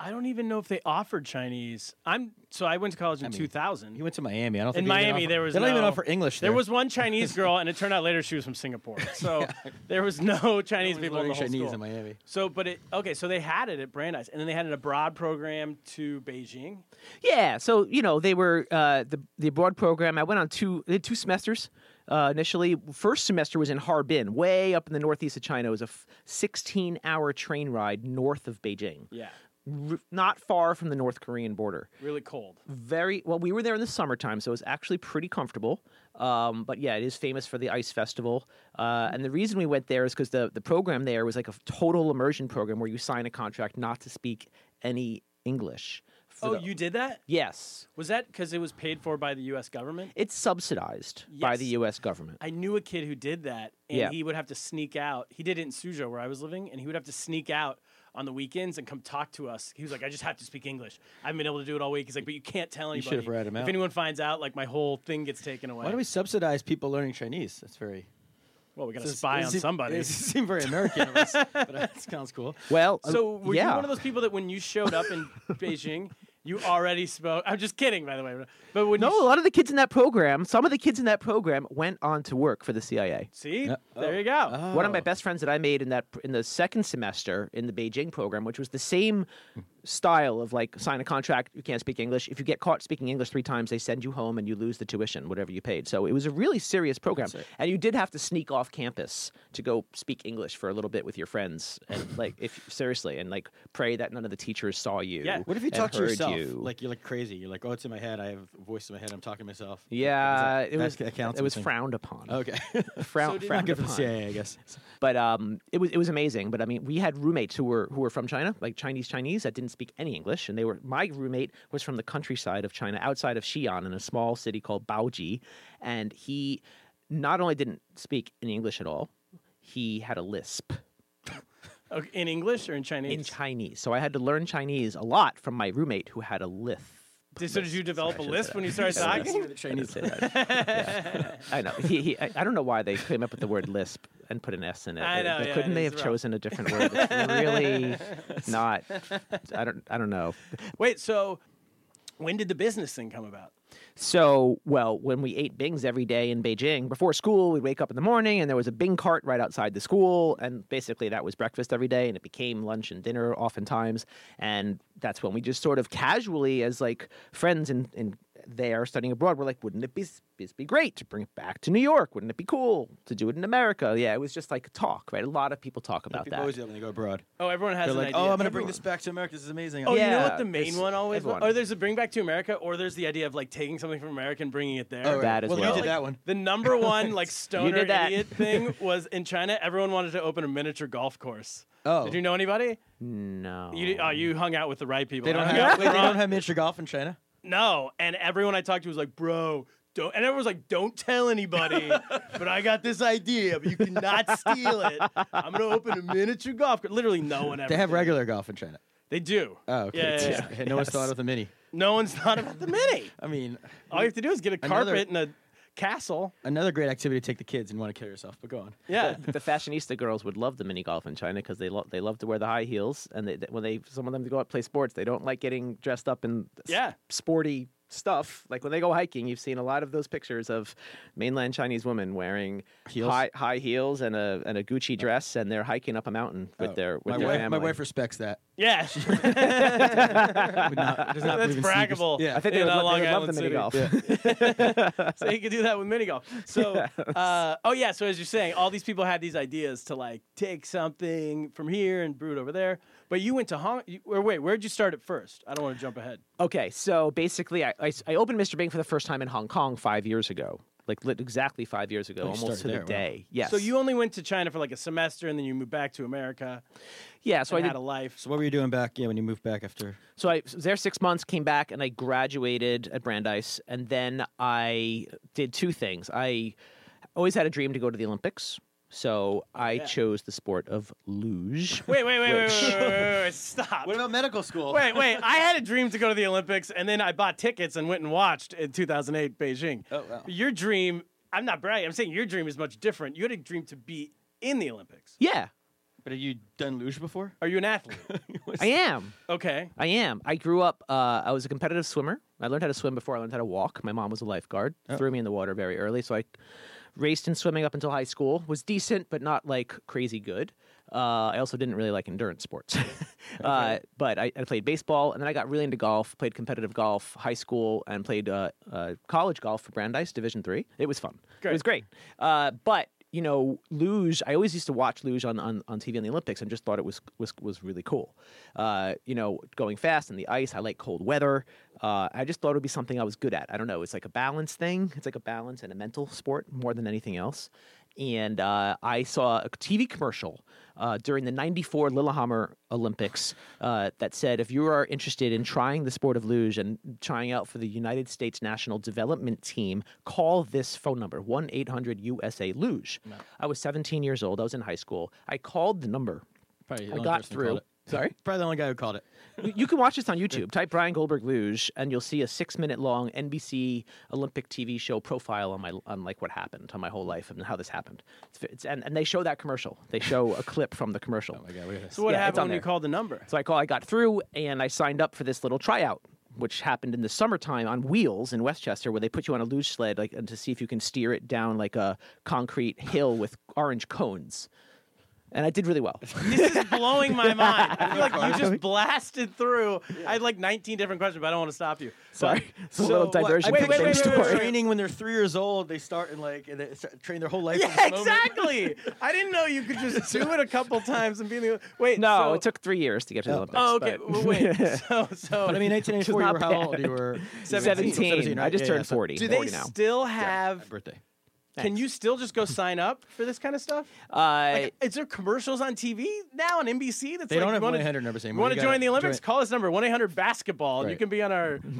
Speaker 1: I don't even know if they offered Chinese. I'm so I went to college in 2000.
Speaker 2: He went to Miami. I don't think
Speaker 1: in
Speaker 2: they even
Speaker 1: Miami,
Speaker 2: offer-
Speaker 1: there was
Speaker 2: they don't even
Speaker 1: no-
Speaker 2: offer English.
Speaker 1: There was one Chinese girl, and it turned out later she was from Singapore. So there was no Chinese
Speaker 2: one's
Speaker 1: people in the
Speaker 2: learning
Speaker 1: whole
Speaker 2: Chinese
Speaker 1: school.
Speaker 2: in Miami.
Speaker 1: So, but it okay. So they had it at Brandeis, and then they had an abroad program to Beijing.
Speaker 5: Yeah, so you know they were uh, the the abroad program. I went on two they had two semesters uh, initially. First semester was in Harbin, way up in the northeast of China. It was a f- sixteen hour train ride north of Beijing.
Speaker 1: Yeah,
Speaker 5: R- not far from the North Korean border.
Speaker 1: really cold.
Speaker 5: Very well. We were there in the summertime, so it was actually pretty comfortable. Um, but yeah, it is famous for the ice festival. Uh, and the reason we went there is because the the program there was like a f- total immersion program where you sign a contract not to speak any English. for
Speaker 1: Oh,
Speaker 5: the-
Speaker 1: you did that?
Speaker 5: yes.
Speaker 1: Was that because it was paid for by the U.S. government?
Speaker 5: It's subsidized by the
Speaker 1: Yes.
Speaker 5: U.S. government.
Speaker 1: I knew a kid who did that, and
Speaker 5: Yeah.
Speaker 1: he would have to sneak out. He did it in Suzhou, where I was living, and he would have to sneak out on the weekends and come talk to us. He was like, "I just have to speak English. I've been able to do it all week." He's like, "But you can't tell anybody.
Speaker 2: should have read him
Speaker 1: if
Speaker 2: out.
Speaker 1: anyone finds out, like my whole thing gets taken away."
Speaker 2: Why do we subsidize people learning Chinese? That's very.
Speaker 1: well, we got to
Speaker 2: this-
Speaker 1: spy
Speaker 2: it
Speaker 1: on
Speaker 2: seem-
Speaker 1: somebody.
Speaker 2: It seems very American, of us, but that sounds cool.
Speaker 5: Well, uh,
Speaker 1: So were
Speaker 5: yeah.
Speaker 1: you one of those people that when you showed up in Beijing, you already spoke? I'm just kidding, by the way. But when
Speaker 5: no, a
Speaker 1: you
Speaker 5: lot of the kids in that program, some of the kids in that program went on to work for the CIA.
Speaker 1: see, there you go.
Speaker 2: Oh.
Speaker 5: One of my best friends that I made in that in the second semester in the Beijing program, which was the same
Speaker 2: Hmm.
Speaker 5: style of like sign a contract, you can't speak English. If you get caught speaking English three times, they send you home and you lose the tuition, whatever you paid. So it was a really serious program, and you did have to sneak off campus to go speak English for a little bit with your friends, and like if seriously, and like pray that none of the teachers saw you.
Speaker 1: Yeah.
Speaker 2: What if you
Speaker 5: and
Speaker 2: talk to
Speaker 5: heard
Speaker 2: yourself?
Speaker 5: you.
Speaker 2: Like you're like crazy. You're like, oh, it's in my head. I have a voice in my head. I'm talking to myself.
Speaker 5: Yeah,
Speaker 2: Is that-
Speaker 5: it
Speaker 2: that
Speaker 5: was
Speaker 2: c- that counts,
Speaker 5: it
Speaker 2: I
Speaker 5: was
Speaker 2: think.
Speaker 5: frowned upon.
Speaker 2: Okay.
Speaker 5: Frown,
Speaker 1: did-
Speaker 5: frowned
Speaker 2: Good for
Speaker 5: upon.
Speaker 2: the CIA, I guess.
Speaker 5: But um, it was it was amazing. But I mean, we had roommates who were who were from China, like Chinese Chinese that didn't speak any English, and they were. My roommate was from the countryside of China, outside of Xi'an, in a small city called Baoji, and he not only didn't speak any English at all, he had a lisp
Speaker 1: Okay, in English or in
Speaker 5: in
Speaker 1: Chinese?
Speaker 5: Chinese. So I had to learn Chinese a lot from my roommate who had a lisp.
Speaker 1: Did- so did you develop a
Speaker 5: Sorry, I
Speaker 1: list
Speaker 5: should've
Speaker 1: when you started
Speaker 5: said that.
Speaker 1: talking?
Speaker 5: Chinese. I know. He, he, I, I don't know why they came up with the word lisp and put an S in it.
Speaker 1: I know,
Speaker 5: They-
Speaker 1: yeah,
Speaker 5: couldn't
Speaker 1: it
Speaker 5: they
Speaker 1: is
Speaker 5: have
Speaker 1: rough.
Speaker 5: chosen a different word? It's really not. I don't. I don't know.
Speaker 1: Wait, so when did the business thing come about?
Speaker 5: So, well, when we ate bings every day in Beijing before school, we'd wake up in the morning and there was a bing cart right outside the school. And basically, that was breakfast every day. And it became lunch and dinner oftentimes. And that's when we just sort of casually, as like friends in, in there studying abroad, we're like, wouldn't it be, be, be great to bring it back to New York? Wouldn't it be cool to do it in America? Yeah, it was just like talk, right? A lot of people talk about
Speaker 2: People
Speaker 5: that.
Speaker 2: always do that when they go abroad.
Speaker 1: Oh, everyone has
Speaker 2: They're
Speaker 1: an
Speaker 2: like,
Speaker 1: idea.
Speaker 2: oh, I'm going to bring this back to America. This is amazing.
Speaker 1: Oh,
Speaker 2: yeah.
Speaker 1: you know what
Speaker 5: Yeah,
Speaker 1: the main
Speaker 5: it's
Speaker 1: one always was?
Speaker 5: everyone.
Speaker 1: Oh, there's the bring back to America, or there's the idea of like taking something from America and bringing it there.
Speaker 2: Oh, right.
Speaker 5: That as
Speaker 2: well,
Speaker 5: well.
Speaker 2: you did that one.
Speaker 1: The number one like stoner
Speaker 5: did that.
Speaker 1: idiot thing was in China. Everyone wanted to open a miniature golf course.
Speaker 2: Oh.
Speaker 1: did you know anybody?
Speaker 5: No.
Speaker 1: You oh, you hung out with the right people.
Speaker 2: They don't
Speaker 1: I hung
Speaker 2: have. Wait,
Speaker 1: out with
Speaker 2: they
Speaker 1: the wrong-
Speaker 2: don't have miniature golf in China.
Speaker 1: No, and everyone I talked to was like, "Bro, don't." And everyone was like, "Don't tell anybody." but I got this idea, but you cannot steal it. I'm gonna open a miniature golf course. Literally, no one ever.
Speaker 2: They have
Speaker 1: did.
Speaker 2: regular golf in China.
Speaker 1: They do.
Speaker 2: Oh, okay.
Speaker 1: Yeah, yeah, yeah.
Speaker 2: Okay, No one's thought of the mini.
Speaker 1: No one's thought about the mini.
Speaker 2: I mean,
Speaker 1: All you have to do is get a
Speaker 2: Another-
Speaker 1: carpet and a castle.
Speaker 2: another great activity to take the kids and want to kill yourself. But go on.
Speaker 1: Yeah.
Speaker 5: the fashionista girls would love the mini golf in China because they lo- they love to wear the high heels and they, they- when they some of them go out and play sports they don't like getting dressed up in s-
Speaker 1: Yeah.
Speaker 5: sporty stuff like when they go hiking you've seen a lot of those pictures of mainland Chinese women wearing
Speaker 2: Heels?
Speaker 5: high high heels and a and a Gucci dress and they're hiking up a mountain with
Speaker 2: Oh,
Speaker 5: their with
Speaker 2: my
Speaker 5: their
Speaker 2: wife,
Speaker 5: family.
Speaker 2: My wife respects that.
Speaker 1: Yeah, she-
Speaker 2: Would not- does not
Speaker 1: that's
Speaker 2: believe in secrecy.
Speaker 1: braggable.
Speaker 2: Yeah.
Speaker 5: I think they
Speaker 1: in,
Speaker 5: would,
Speaker 1: uh,
Speaker 5: lo-
Speaker 1: Long
Speaker 5: they would love
Speaker 1: Island
Speaker 5: the mini
Speaker 1: City.
Speaker 5: golf.
Speaker 1: so you could do that with mini golf. So, uh, oh yeah. So as you're saying, all these people had these ideas to like take something from here and brew it over there. But you went to Hong. You, or wait, where'd you start at first? I don't want to jump ahead.
Speaker 5: Okay, so basically, I, I, I opened Mr. Bing for the first time in Hong Kong five years ago, like lit exactly five years ago,
Speaker 2: Oh, you
Speaker 5: almost
Speaker 2: started
Speaker 5: to the
Speaker 2: there, wow.
Speaker 5: day. Yes.
Speaker 1: So you only went to China for like a semester, and then you moved back to America.
Speaker 5: yeah. So I
Speaker 1: and
Speaker 5: did
Speaker 1: had a life.
Speaker 2: So what were you doing back? Yeah, when you moved back after?
Speaker 5: So I was there six months, came back, and I graduated at Brandeis. And then I did two things. I always had a dream to go to the Olympics. So I chose the sport of luge.
Speaker 1: Wait, wait, wait, wait, wait, wait, wait, wait, wait, stop.
Speaker 2: about medical school?
Speaker 1: Wait, wait. I had a dream to go to the Olympics, and then I bought tickets and went and watched in 2008 Beijing. Oh,
Speaker 2: wow.
Speaker 1: Your dream, I'm not bragging, I'm saying your dream is much different. You had a dream to be in the Olympics.
Speaker 5: Yeah,
Speaker 6: But have you done luge before?
Speaker 1: Are you an athlete?
Speaker 5: I am.
Speaker 1: okay.
Speaker 5: I am. I grew up. Uh, I was a competitive swimmer. I learned how to swim before I learned how to walk. My mom was a lifeguard. Threw me in the water very early, so I raced in swimming up until high school. Was decent, but not like crazy good. Uh, I also didn't really like endurance sports, uh, but I, I played baseball, and then I got really into golf. Played competitive golf, high school, and played uh, uh, college golf for Brandeis Division Three. It was fun. It was great. Uh, but you know, luge. I always used to watch luge on, on, on TV on the Olympics and just thought it was was, was really cool. Uh, you know, going fast on the ice. I like cold weather. Uh, I just thought it would be something I was good at. I don't know. It's like a balance thing. It's like a balance and a mental sport more than anything else. And uh, I saw a TV commercial uh, during the '94 Lillehammer Olympics uh, that said, "If you are interested in trying the sport of luge and trying out for the United States National Development Team, call this phone number: one eight hundred USA Luge." I was 17 years old. I was in high school. I called the number.
Speaker 2: Probably the
Speaker 5: I
Speaker 2: only
Speaker 5: got
Speaker 2: person who called
Speaker 5: through.
Speaker 2: it.
Speaker 5: Sorry.
Speaker 2: Probably the only guy who called it.
Speaker 5: You- you can watch this on YouTube. Type Brian Goldberg luge, and you'll see a six-minute-long NBC Olympic TV show profile on my on like what happened on my whole life and how this happened. It's, it's, and and they show that commercial. They show a clip from the commercial. Oh my god!
Speaker 1: So what
Speaker 5: Yeah, it's
Speaker 1: happened
Speaker 5: on
Speaker 1: when you
Speaker 5: there.
Speaker 1: called the number?
Speaker 5: So I call, I got through, and I signed up for this little tryout, which happened in the summertime on wheels in Westchester, where they put you on a luge sled, like and to see if you can steer it down like a concrete hill with orange cones. And I did really well.
Speaker 1: this is blowing my mind. I feel like you just blasted through. I had like 19 different questions, but I don't want to stop you.
Speaker 5: Sorry, it's a little
Speaker 2: what-
Speaker 5: diversion.
Speaker 1: wait,
Speaker 5: from
Speaker 1: wait,
Speaker 5: the main
Speaker 1: wait, wait, wait,
Speaker 5: story.
Speaker 1: wait.
Speaker 2: Training when they're three years old, they start in like and they start, train their whole life. for this
Speaker 1: Yeah,
Speaker 2: moment.
Speaker 1: exactly. I didn't know you could just do it a couple times and be in the. Wait,
Speaker 5: No,
Speaker 1: so-
Speaker 5: it took three years to get to the Olympics.
Speaker 1: Oh, okay.
Speaker 5: but-
Speaker 1: Well, wait. So, so
Speaker 2: But I mean, 1994. You
Speaker 5: not
Speaker 2: were how old?
Speaker 5: bad.
Speaker 2: You were
Speaker 5: 17.
Speaker 2: 17, right?
Speaker 5: I just
Speaker 2: Yeah, yeah,
Speaker 5: turned
Speaker 2: so-
Speaker 5: 40.
Speaker 1: Do they
Speaker 5: 40 now.
Speaker 1: still have?
Speaker 2: Birthday.
Speaker 1: Can you still just go sign up for this kind of stuff?
Speaker 5: Uh,
Speaker 1: Like, is there commercials on TV now on NBC? That's
Speaker 2: They
Speaker 1: like,
Speaker 2: don't have
Speaker 1: you wanna-
Speaker 2: 1-800 numbers
Speaker 1: You
Speaker 2: anymore.
Speaker 1: want
Speaker 2: You
Speaker 1: to
Speaker 2: gotta
Speaker 1: join the Olympics?
Speaker 2: join-
Speaker 1: Call this number one eight hundred basketball. and You
Speaker 2: Right.
Speaker 1: can be on our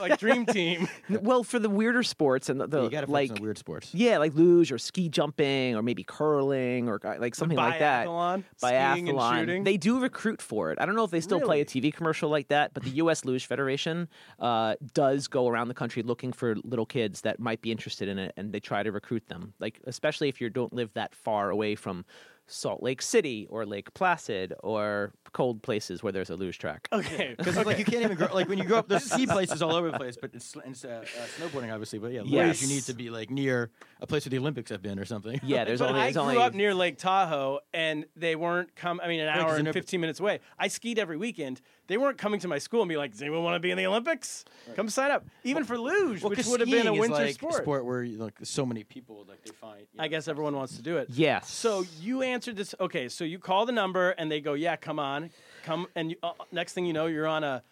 Speaker 1: like dream team.
Speaker 5: well, for the weirder sports and the, the
Speaker 2: You got to focus
Speaker 5: like,
Speaker 2: on weird sports.
Speaker 5: yeah, like luge or ski jumping or maybe curling or uh, like something like that.
Speaker 1: biathlon, skiing and
Speaker 5: Biathlon.
Speaker 1: shooting.
Speaker 5: They do recruit for it. I don't know if they still play a TV commercial like that, but the U.S. Luge Federation uh, does go around the country looking for little kids that might be interested in it, and they try to recruit them. Like especially if you don't live that far away from. Salt Lake City or Lake Placid or cold places where there's a luge track.
Speaker 1: Okay.
Speaker 2: Because like you can't even grow like when you grow up, there's sea places all over the place. But it's, it's uh, uh, snowboarding, obviously. But yeah, yes. you need
Speaker 5: Yes.
Speaker 2: to be like near a place where the Olympics have been or something.
Speaker 5: Yeah, there's
Speaker 1: but
Speaker 5: only
Speaker 1: I
Speaker 5: there's
Speaker 1: grew
Speaker 5: only
Speaker 1: up near Lake Tahoe, and they weren't come. I mean, an
Speaker 2: 'cause
Speaker 1: hour
Speaker 2: they're
Speaker 1: and
Speaker 2: never-
Speaker 1: fifteen minutes away. I skied every weekend. They weren't coming to my school and be like, "Does anyone want to be in the Olympics? Come sign up." Even for luge, which
Speaker 2: 'cause
Speaker 1: would have been a
Speaker 2: skiing is,
Speaker 1: winter
Speaker 2: like, A sport where you, like so many people like they find. you
Speaker 1: I
Speaker 2: know.
Speaker 1: guess everyone wants to do it.
Speaker 5: Yes.
Speaker 1: So you answered this. Okay, so you call the number and they go, "Yeah, come on, come." And you, uh, next thing you know, you're on a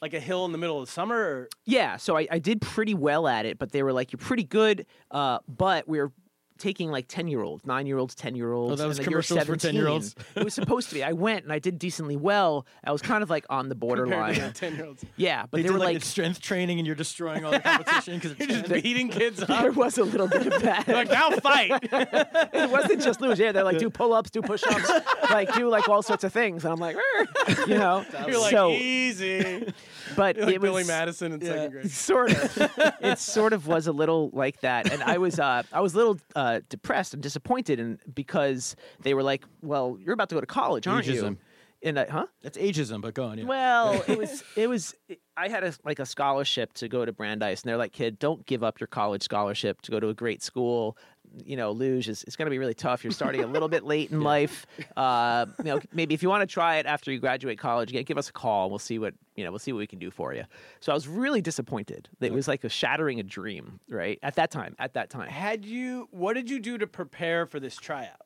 Speaker 1: like a hill in the middle of the summer. Or,
Speaker 5: Yeah, so I, I did pretty well at it, but they were like, "You're pretty good," uh, but we are taking like ten year olds, nine year olds, ten year olds.
Speaker 2: Oh, that was
Speaker 5: and then you were
Speaker 2: commercials for
Speaker 5: 17.
Speaker 2: 10-year-olds?
Speaker 5: it was supposed to be. I went and I did decently well. I was kind of like on the
Speaker 1: compared to
Speaker 5: borderline.
Speaker 1: ten year olds.
Speaker 5: yeah, but
Speaker 2: they,
Speaker 5: they,
Speaker 2: did
Speaker 5: were
Speaker 2: like,
Speaker 5: like,
Speaker 2: the strength training, and you're destroying all the competition because
Speaker 1: You're just beating kids up.
Speaker 5: there was a little bit of that.
Speaker 1: like now fight.
Speaker 5: it wasn't just luge. Yeah, they're like do pull ups, do push ups, like do like all sorts of things. And I'm like, "Er," you know,
Speaker 1: You're like
Speaker 5: so
Speaker 1: easy.
Speaker 5: but
Speaker 1: You're like
Speaker 5: it was
Speaker 1: Billy Madison in second grade.
Speaker 5: sort of it sort of was a little like that and i was uh i was a little uh depressed and disappointed and because they were like well you're about to go to college aren't you
Speaker 2: Ageism.
Speaker 5: and I, huh?
Speaker 2: That's ageism, but go on. Yeah.
Speaker 5: Well, it was it was I had a like a scholarship to go to Brandeis, and they're like, kid, don't give up your college scholarship to go to a great school. You know, luge is it's going to be really tough. You're starting a little bit late in life. Uh, you know, maybe if you want to try it after you graduate college, yeah, give us a call. And we'll see what you know. We'll see what we can do for you. So I was really disappointed. It was like a shattering a dream, right? At that time, at that time.
Speaker 1: Had you? What did you do to prepare for this tryout?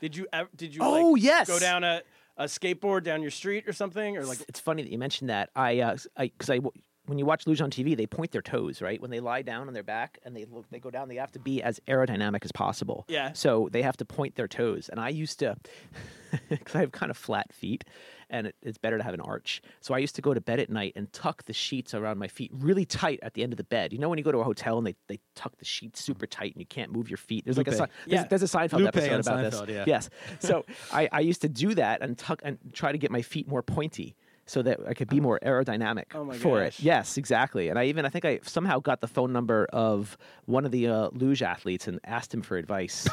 Speaker 1: Did you? ev- Did you?
Speaker 5: Oh,
Speaker 1: like,
Speaker 5: yes.
Speaker 1: Go down a, a skateboard down your street or something, or like
Speaker 5: it's funny that you mentioned that. I, uh, s- I, because I, w- when you watch luge on TV, they point their toes, right? When they lie down on their back and they look, they go down. They have to be as aerodynamic as possible.
Speaker 1: Yeah.
Speaker 5: So they have to point their toes. And I used to, because I have kind of flat feet, and it, it's better to have an arch. So I used to go to bed at night and tuck the sheets around my feet really tight at the end of the bed. You know when you go to a hotel and they, they tuck the sheets super tight and you can't move your feet. There's like a
Speaker 2: Lupe.
Speaker 5: Si- there's,
Speaker 1: Yeah.
Speaker 5: there's a Seinfeld
Speaker 2: Lupe
Speaker 5: episode
Speaker 2: on
Speaker 5: about
Speaker 2: Seinfeld,
Speaker 5: this.
Speaker 2: yeah.
Speaker 5: Yes. So I, I used to do that and tuck and try to get my feet more pointy so that I could be more aerodynamic
Speaker 1: Oh. my
Speaker 5: for
Speaker 1: gosh.
Speaker 5: it. Yes, exactly. And I even I think I somehow got the phone number of one of the uh, luge athletes and asked him for advice.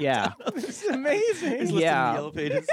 Speaker 5: yeah,
Speaker 1: it's amazing.
Speaker 5: yeah,
Speaker 2: pages.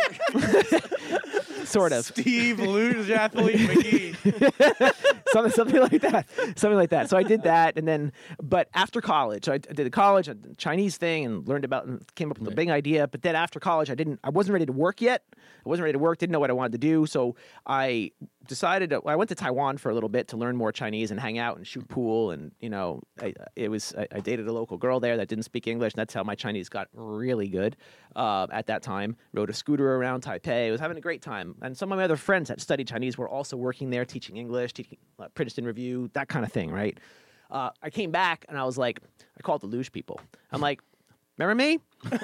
Speaker 5: sort of.
Speaker 1: Steve Luge athlete McGee.
Speaker 5: something, something like that. Something like that. So I did that, and then, but after college, I d- did a college a Chinese thing and learned about and came up with a big idea. But then after college, I didn't. I wasn't ready to work yet. I wasn't ready to work. Didn't know what I wanted to do. So I decided. To, I went to Taiwan for a little bit to learn more Chinese and hang out and shoot pool. And you know, I, it was I, I dated a local girl there that didn't speak English. And that's how my Chinese got really good uh, at that time. Rode a scooter around Taipei. was having a great time. And some of my other friends that studied Chinese were also working there, teaching English, teaching uh, Princeton Review, that kind of thing, right? Uh, I came back and I was like, I called the luge people. I'm like, remember me?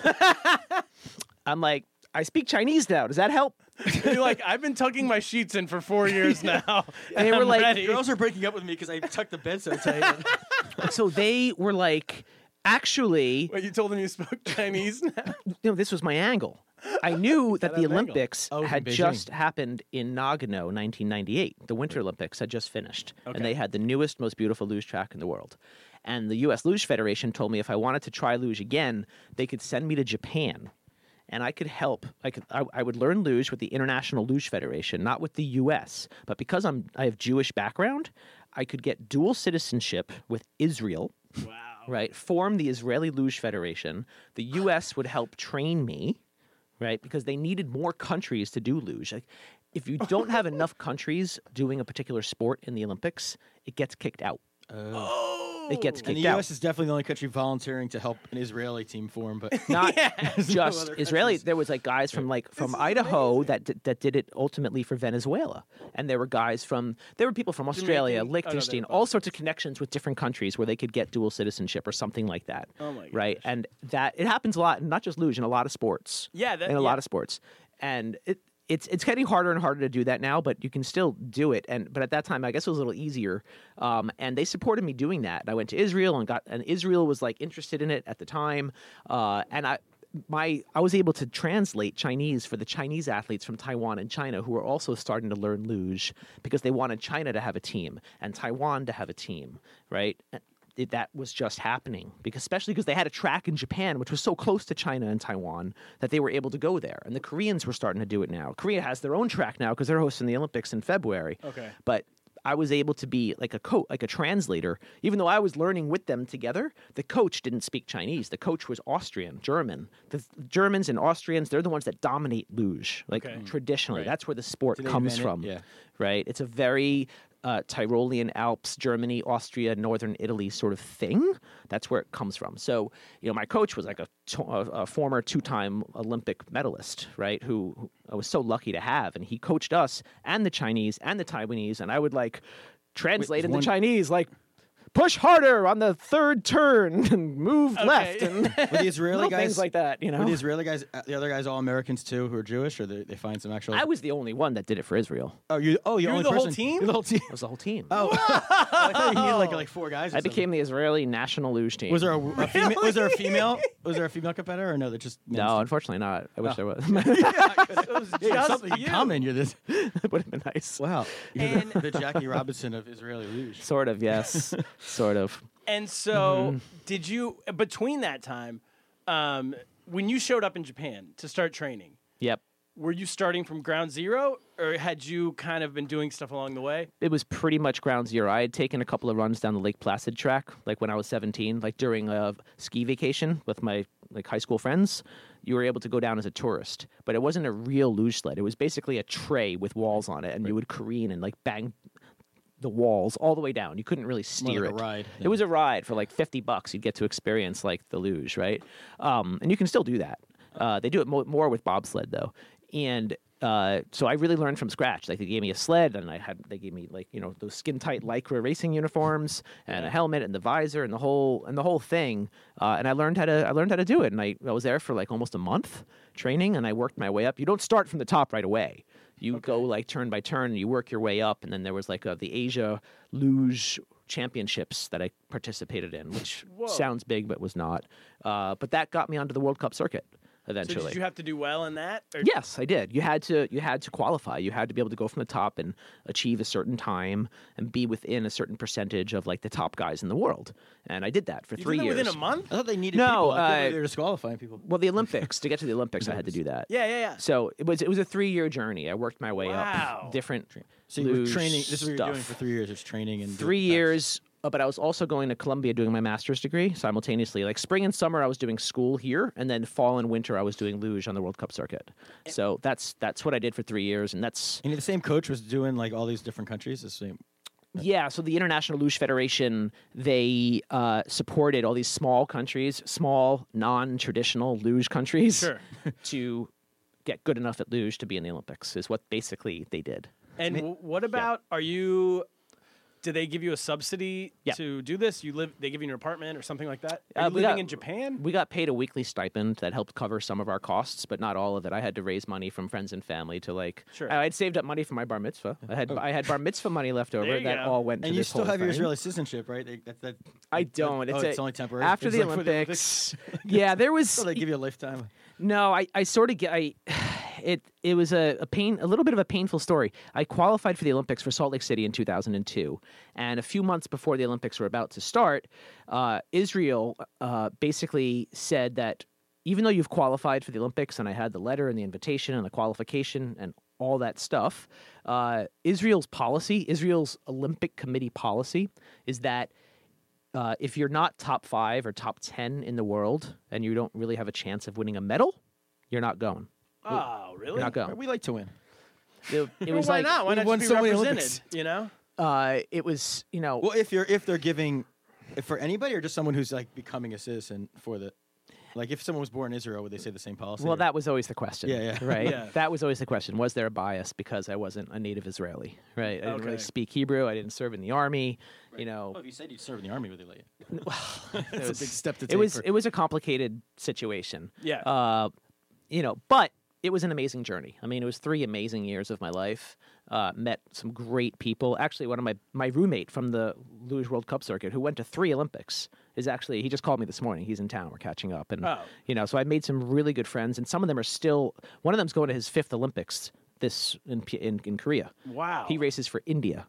Speaker 5: I'm like, I speak Chinese now. Does that help?
Speaker 1: You're like I've been tucking my sheets in for four years now.
Speaker 5: And they were
Speaker 1: I'm
Speaker 5: like,
Speaker 1: ready.
Speaker 6: Girls are breaking up with me because I tucked the bed so tight.
Speaker 5: so they were like, actually,
Speaker 1: Wait, you told them you spoke Chinese now?
Speaker 5: no, this was my angle. I knew that the Olympics
Speaker 2: Oh, in
Speaker 5: had
Speaker 2: Beijing.
Speaker 5: just happened in Nagano, 1998. The Winter Olympics had just finished, and they had the newest, most beautiful luge track in the world. And the U.S. Luge Federation told me if I wanted to try luge again, they could send me to Japan, and I could help. I could, I, I would learn luge with the International Luge Federation, not with the U.S. But because I'm, I have Jewish background, I could get dual citizenship with Israel right, form the Israeli Luge Federation. The U.S. would help train me, right, because they needed more countries to do luge. Like, if you don't have enough countries doing a particular sport in the Olympics, it gets kicked out. Oh. It gets
Speaker 2: And
Speaker 5: kicked
Speaker 2: the
Speaker 5: out.
Speaker 2: U.S. is definitely the only country volunteering to help an Israeli team form, but
Speaker 5: Not just Israeli. There was like guys from like from Idaho that d- that did it ultimately for Venezuela, and there were guys from there were people from Australia,
Speaker 1: Jamaican- oh, no, they're
Speaker 5: Liechtenstein, all sorts of connections with different countries where they could get dual citizenship or something like that. Oh
Speaker 1: my
Speaker 5: Right, and that it happens a lot, not just luge, in a lot of sports.
Speaker 1: Yeah, that-
Speaker 5: in a
Speaker 1: yeah.
Speaker 5: lot of sports, and it. It's, it's getting harder and harder to do that now, but you can still do it. And but at that time, I guess it was a little easier. Um, and they supported me doing that. And I went to Israel and got and Israel was like interested in it at the time. Uh, and I my I was able to translate Chinese for the Chinese athletes from Taiwan and China who were also starting to learn luge because they wanted China to have a team and Taiwan to have a team, right? It, that was just happening because especially because they had a track in Japan which was so close to China and Taiwan that they were able to go there and the Koreans were starting to do it now. Korea has their own track now because they're hosting the Olympics in February.
Speaker 1: Okay.
Speaker 5: But I was able to be like a coach, like a translator, even though I was learning with them together. The coach didn't speak Chinese. The coach was Austrian, German. The Germans and Austrians, they're the ones that dominate luge, like traditionally. That's where the sport comes
Speaker 2: meant it,
Speaker 5: from,
Speaker 2: yeah.
Speaker 5: right? It's a very uh, Tyrolean Alps, Germany, Austria, Northern Italy sort of thing. That's where it comes from. So, you know, my coach was like a, to- a, a former two-time Olympic medalist, right? Who, who I was so lucky to have, and he coached us and the Chinese and the Taiwanese, and I would like translate in the
Speaker 2: one-
Speaker 5: Chinese, like push harder on the third turn and move left and
Speaker 2: were the Israeli
Speaker 5: little
Speaker 2: guys
Speaker 5: things like that. You know,
Speaker 2: Were the Israeli guys, uh, the other guys, all Americans too, who are Jewish, or they, they find some actual?
Speaker 5: I was the only one that did it for Israel.
Speaker 2: oh, you, oh, you're,
Speaker 1: You're
Speaker 2: only
Speaker 1: the whole
Speaker 2: person-
Speaker 1: team?
Speaker 2: You're the whole team.
Speaker 5: It was the whole team.
Speaker 2: Oh, I thought you needed like like four guys. or
Speaker 5: I
Speaker 2: something.
Speaker 5: became the Israeli national luge team.
Speaker 2: Was there a, female? Was there a female? Was there a female competitor? Or no, they're just
Speaker 5: No, unfortunately not. I
Speaker 2: Oh.
Speaker 5: wish there was.
Speaker 2: There's something common. You're this.
Speaker 5: that would have been nice.
Speaker 2: Wow, you're the, the Jackie Robinson of Israeli luge.
Speaker 5: Sort of, yes. sort of.
Speaker 1: And so, did you between that time, um, when you showed up in Japan to start training,
Speaker 5: Yep.
Speaker 1: were you starting from ground zero, or had you kind of been doing stuff along the way?
Speaker 5: it was pretty much ground zero. I had taken a couple of runs down the Lake Placid track, like when I was 17, like during a ski vacation with my like high school friends. You were able to go down as a tourist, but it wasn't a real luge sled. It was basically a tray with walls on it, and you would careen and like bang the walls all the way down. You couldn't really steer
Speaker 2: like a
Speaker 5: it.
Speaker 2: ride
Speaker 5: It was a ride for like 50 bucks. You'd get to experience like the luge, right? Um, and you can still do that. Uh, they do it mo- more with bobsled though. And uh, so I really learned from scratch. Like they gave me a sled, and I had they gave me like you know those skin tight lycra racing uniforms and a helmet and the visor and the whole and the whole thing. Uh, and I learned how to I learned how to do it. And I, I was there for like almost a month training, and I worked my way up. You don't start from the top right away. You go like turn by turn, and you work your way up. And then there was like uh the Asia Luge Championships that I participated in, which sounds big but was not. Uh, but that got me onto the World Cup circuit
Speaker 1: So
Speaker 5: eventually.
Speaker 1: did you have to do well in that? Or
Speaker 5: Yes, I did. You had to you had to qualify. You had to be able to go from the top and achieve a certain time and be within a certain percentage of like the top guys in the world. And I did that for
Speaker 1: You did
Speaker 5: three
Speaker 1: that
Speaker 5: years. Uh,
Speaker 1: within a month?
Speaker 2: I thought they needed
Speaker 5: No,
Speaker 2: people. I thought
Speaker 5: uh,
Speaker 2: they were disqualifying people.
Speaker 5: Well, the Olympics to get to the Olympics, I had to do that.
Speaker 1: Yeah, yeah, yeah.
Speaker 5: So it was it was a three year journey. I worked my way
Speaker 1: Wow.
Speaker 5: up different.
Speaker 2: So you were
Speaker 5: luge
Speaker 2: training. This is what you're doing
Speaker 5: stuff.
Speaker 2: for three years. It's training and
Speaker 5: three years uh, but i was also going to columbia doing my master's degree simultaneously like spring and summer i was doing school here and then fall and winter i was doing luge on the world cup circuit so that's that's what i did for three years and that's
Speaker 2: And the same coach was doing like all these different countries. The same.
Speaker 5: yeah so the international luge federation they uh, supported all these small countries small non-traditional luge countries to get good enough at luge to be in the olympics is what basically they did
Speaker 1: And w- what about are you? Do they give you a subsidy
Speaker 5: Yeah.
Speaker 1: to do this? You live? They give you an apartment or something like that? Are
Speaker 5: Uh,
Speaker 1: you
Speaker 5: we
Speaker 1: living
Speaker 5: got-
Speaker 1: in Japan?
Speaker 5: We got paid a weekly stipend that helped cover some of our costs, but not all of it. I had to raise money from friends and family to like.
Speaker 1: Sure.
Speaker 5: I had saved up money for my bar mitzvah. I had I had bar mitzvah money left over
Speaker 1: you
Speaker 5: that
Speaker 1: go.
Speaker 5: all went to
Speaker 2: And you
Speaker 5: this
Speaker 2: still
Speaker 5: whole
Speaker 2: have your
Speaker 5: thing.
Speaker 2: Israeli citizenship, right? They, that, that,
Speaker 5: I
Speaker 2: that-
Speaker 5: don't.
Speaker 2: Oh,
Speaker 5: It's,
Speaker 2: it's,
Speaker 5: a-
Speaker 2: only temporary.
Speaker 5: After
Speaker 2: It's
Speaker 5: the,
Speaker 2: like for
Speaker 5: Olympics, yeah, there was
Speaker 2: So they give you a lifetime.
Speaker 5: no. I, I sort of get I. It it was a, a pain a little bit of a painful story. I qualified for the Olympics for Salt Lake City in 2002, and a few months before the Olympics were about to start, uh, Israel uh, basically said that even though you've qualified for the Olympics, and I had the letter and the invitation and the qualification and all that stuff, uh, Israel's policy, Israel's Olympic Committee policy, is that uh, if you're not top five or top 10 in the world and you don't really have a chance of winning a medal, you're not going.
Speaker 1: Oh, really?
Speaker 5: You're not going.
Speaker 2: We like to win.
Speaker 5: It, it
Speaker 1: Well,
Speaker 5: was
Speaker 1: why
Speaker 5: like,
Speaker 1: not? Why
Speaker 2: we
Speaker 1: not
Speaker 2: won
Speaker 1: just be
Speaker 2: so many
Speaker 1: represented?
Speaker 2: Olympics.
Speaker 1: You know,
Speaker 5: Uh, it was, you know,
Speaker 2: Well, if you're if they're giving, if for anybody or just someone who's like becoming a citizen for the, like if someone was born in Israel, would they say the same policy?
Speaker 5: well,
Speaker 2: or-
Speaker 5: that was always the question.
Speaker 2: Yeah, yeah.
Speaker 5: Right?
Speaker 1: Yeah.
Speaker 5: That was always the question. Was there a bias because I wasn't a native Israeli? Right? I didn't
Speaker 1: Okay.
Speaker 5: really speak Hebrew. I didn't serve in the army. You know,
Speaker 2: Well, if Oh, you said you serve in the army, would they let you? That's a big step to take.
Speaker 5: it was
Speaker 2: for-
Speaker 5: it was a complicated situation.
Speaker 1: Yeah.
Speaker 5: Uh, you know, but it was an amazing journey. I mean, it was three amazing years of my life. Uh, met some great people. Actually, one of my my roommate from the Luge World Cup circuit, who went to three Olympics, is actually he just called me this morning. He's in town. We're catching up, and
Speaker 1: Oh.
Speaker 5: you know, so I made some really good friends, and some of them are still. One of them's going to his fifth Olympics this in P- in, in Korea.
Speaker 1: Wow.
Speaker 5: He races for India.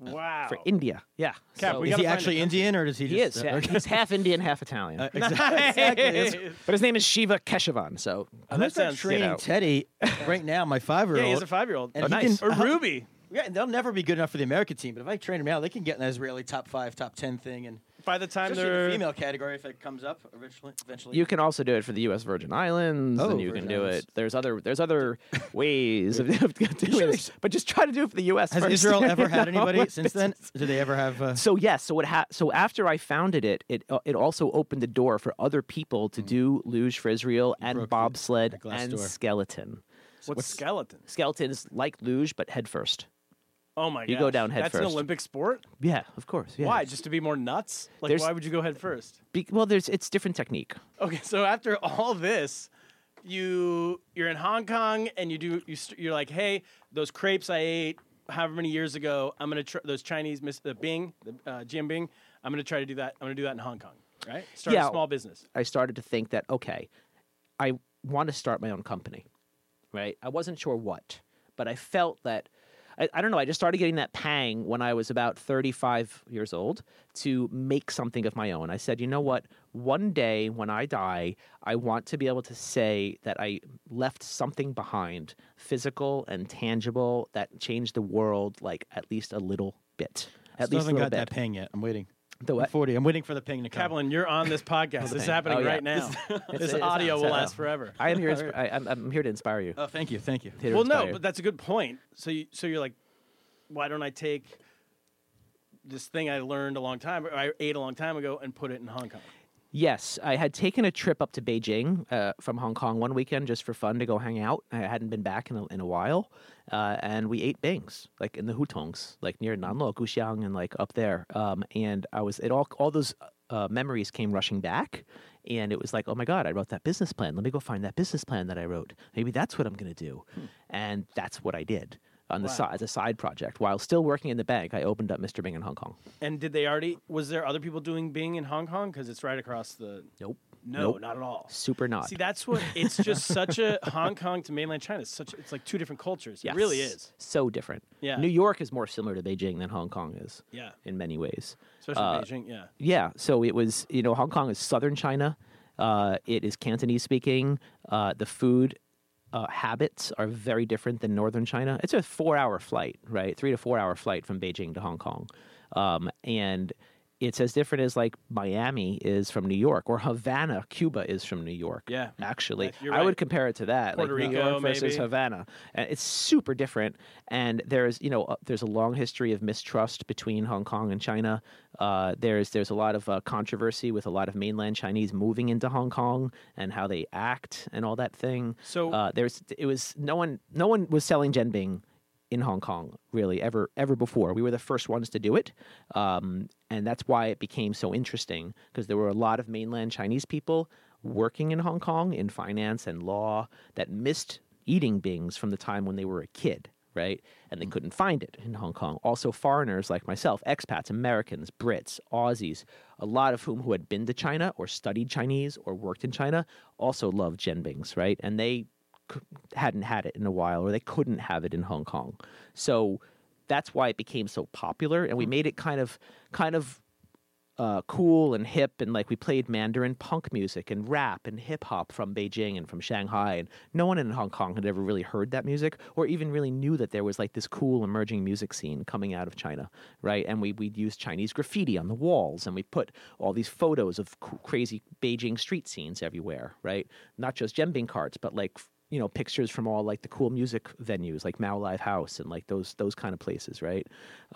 Speaker 1: wow.
Speaker 5: For India, yeah.
Speaker 1: Cap,
Speaker 5: So-
Speaker 1: we
Speaker 2: is
Speaker 1: gotta
Speaker 2: he
Speaker 1: find
Speaker 2: actually
Speaker 1: a-
Speaker 2: Indian or does he?
Speaker 5: he
Speaker 2: just,
Speaker 5: is.
Speaker 2: uh,
Speaker 5: yeah.
Speaker 2: okay.
Speaker 5: He's half Indian, half Italian.
Speaker 2: Uh, Exactly. Oh,
Speaker 5: But his name is Shiva Keshavan. So
Speaker 1: that
Speaker 2: I'm
Speaker 1: sounds-
Speaker 2: training
Speaker 5: you know.
Speaker 2: Teddy right now. My five year
Speaker 1: yeah,
Speaker 2: old.
Speaker 1: he's a five-year-old.
Speaker 2: And
Speaker 5: Oh,
Speaker 2: he
Speaker 5: nice.
Speaker 2: can-
Speaker 1: Or Ruby.
Speaker 2: Yeah, and they'll never be good enough for the American team. But if I train them now, they can get in that Israeli top five, top ten thing, and
Speaker 1: By the time
Speaker 2: especially in
Speaker 1: they're
Speaker 2: the female category if it comes up eventually. Eventually,
Speaker 5: you can also do it for the U.S. Virgin Islands,
Speaker 2: Oh,
Speaker 5: and you
Speaker 2: Virgin
Speaker 5: can do
Speaker 2: Islands.
Speaker 5: it. There's other there's other ways of, of doing this, but just try to do it for the U.S.
Speaker 2: has
Speaker 5: first.
Speaker 2: Israel
Speaker 5: you
Speaker 2: ever had
Speaker 5: know?
Speaker 2: anybody since then? Do they ever have? Uh,
Speaker 5: So yes, so it ha- so after I founded it, it uh, it also opened the door for other people
Speaker 2: Hmm.
Speaker 5: to do luge for Israel and bobsled
Speaker 2: glass
Speaker 5: and
Speaker 2: door.
Speaker 5: skeleton.
Speaker 1: what's skeleton?
Speaker 5: Skeleton is like luge but head first.
Speaker 1: Oh my god.
Speaker 5: You go down head
Speaker 1: That's an
Speaker 5: first.
Speaker 1: Olympic sport?
Speaker 5: Yeah, of course. Yeah.
Speaker 1: Why? Just to be more nuts? Like
Speaker 5: There's-
Speaker 1: why would you go head first?
Speaker 5: Be- well, there's it's different technique.
Speaker 1: Okay, so after all this, you you're in Hong Kong and you do you st- you're like, "Hey, those crepes I ate however many years ago, I'm going to tr- those Chinese mis- the Bing, the uh, Jim Bing, I'm going to try to do that. I'm going to do that in Hong Kong." Right? Start
Speaker 5: Yeah.
Speaker 1: a small business.
Speaker 5: I started to think that okay, I want to start my own company, right? I wasn't sure what, but I felt that I, I don't know. I just started getting that pang when I was about 35 years old to make something of my own. I said, you know what? One day when I die, I want to be able to say that I left something behind, physical and tangible, that changed the world, like at least a little bit. At
Speaker 2: Still
Speaker 5: least a
Speaker 2: haven't
Speaker 5: little
Speaker 2: got
Speaker 5: bit.
Speaker 2: that ping yet. I'm waiting.
Speaker 5: The
Speaker 2: I'm
Speaker 5: what?
Speaker 2: Forty. I'm waiting for the ping to come.
Speaker 6: Kaplan, you're on this podcast. this is
Speaker 5: thing.
Speaker 6: happening
Speaker 5: Oh, yeah.
Speaker 6: right now.
Speaker 5: It's-
Speaker 6: this
Speaker 5: it's-
Speaker 6: audio
Speaker 5: it's-
Speaker 6: will
Speaker 5: uh,
Speaker 6: last forever.
Speaker 5: I am here. Insp- I, I'm, I'm here to inspire you.
Speaker 2: Oh, thank you, thank you.
Speaker 5: Here to
Speaker 6: Well, no,
Speaker 5: inspire.
Speaker 6: but that's a good point. So, you, so you're like, why don't I take this thing I learned a long time, or I ate a long time ago, and put it in Hong Kong?
Speaker 5: Yes, I had taken a trip up to Beijing uh, from Hong Kong one weekend just for fun to go hang out. I hadn't been back in a, in a while, uh, and we ate bangs like in the hutongs, like near Nanlo, Guxiang, and like up there. Um, and I was it all all those uh, memories came rushing back, and it was like, oh my god, I wrote that business plan. Let me go find that business plan that I wrote. Maybe that's what I'm gonna do, and that's what I did on the side as a side project while still working in the bank. I opened up Mr. Bing in Hong Kong.
Speaker 6: And did they already? Was there other people doing Bing in Hong Kong? Because it's right across the.
Speaker 5: Nope.
Speaker 6: No,
Speaker 5: Nope.
Speaker 6: not at all.
Speaker 5: Super not.
Speaker 6: See, that's what it's just such a Hong Kong to mainland China. It's such it's like two different cultures. It really
Speaker 5: Yes.
Speaker 6: is.
Speaker 5: So different.
Speaker 6: Yeah.
Speaker 5: New York is more similar to Beijing than Hong Kong is.
Speaker 6: Yeah.
Speaker 5: In many ways.
Speaker 6: Especially
Speaker 5: Uh,
Speaker 6: Beijing. Yeah.
Speaker 5: Yeah. So it was, you know, Hong Kong is southern China. Uh, it is Cantonese speaking. Uh, the food uh, habits are very different than northern China. It's a four hour flight, right? Three to four hour flight from Beijing to Hong Kong. Um, and it's as different as like Miami is from New York or Havana, Cuba is from New York.
Speaker 6: Yeah.
Speaker 5: Actually,
Speaker 6: You're
Speaker 5: I
Speaker 6: right.
Speaker 5: would compare it to that.
Speaker 6: Puerto
Speaker 5: like New
Speaker 6: Rico,
Speaker 5: York versus
Speaker 6: maybe.
Speaker 5: Havana. And it's super different. And there's, you know, uh, there's a long history of mistrust between Hong Kong and China. Uh, there's there's a lot of uh, controversy with a lot of mainland Chinese moving into Hong Kong and how they act and all that thing.
Speaker 6: So-
Speaker 5: uh, there's it was no one no one was selling Genbing in Hong Kong really ever ever before. We were the first ones to do it, um, and that's why it became so interesting because there were a lot of mainland Chinese people working in Hong Kong in finance and law that missed eating bings from the time when they were a kid. Right, and they couldn't find it in Hong Kong. Also, foreigners like myself, expats, Americans, Brits, Aussies, a lot of whom who had been to China or studied Chinese or worked in China, also loved genbings. Right, and they c- hadn't had it in a while or they couldn't have it in Hong Kong. So that's why it became so popular and we made it kind of kind of uh, cool and hip and like we played Mandarin punk music and rap and hip hop from Beijing and from Shanghai and no one in Hong Kong had ever really heard that music or even really knew that there was like this cool emerging music scene coming out of China, right? And we we'd use Chinese graffiti on the walls and we put all these photos of c- crazy Beijing street scenes everywhere, right? Not just Genbing carts, but like f- you know pictures from all like the cool music venues like Mao Live House and like those those kind of places, right?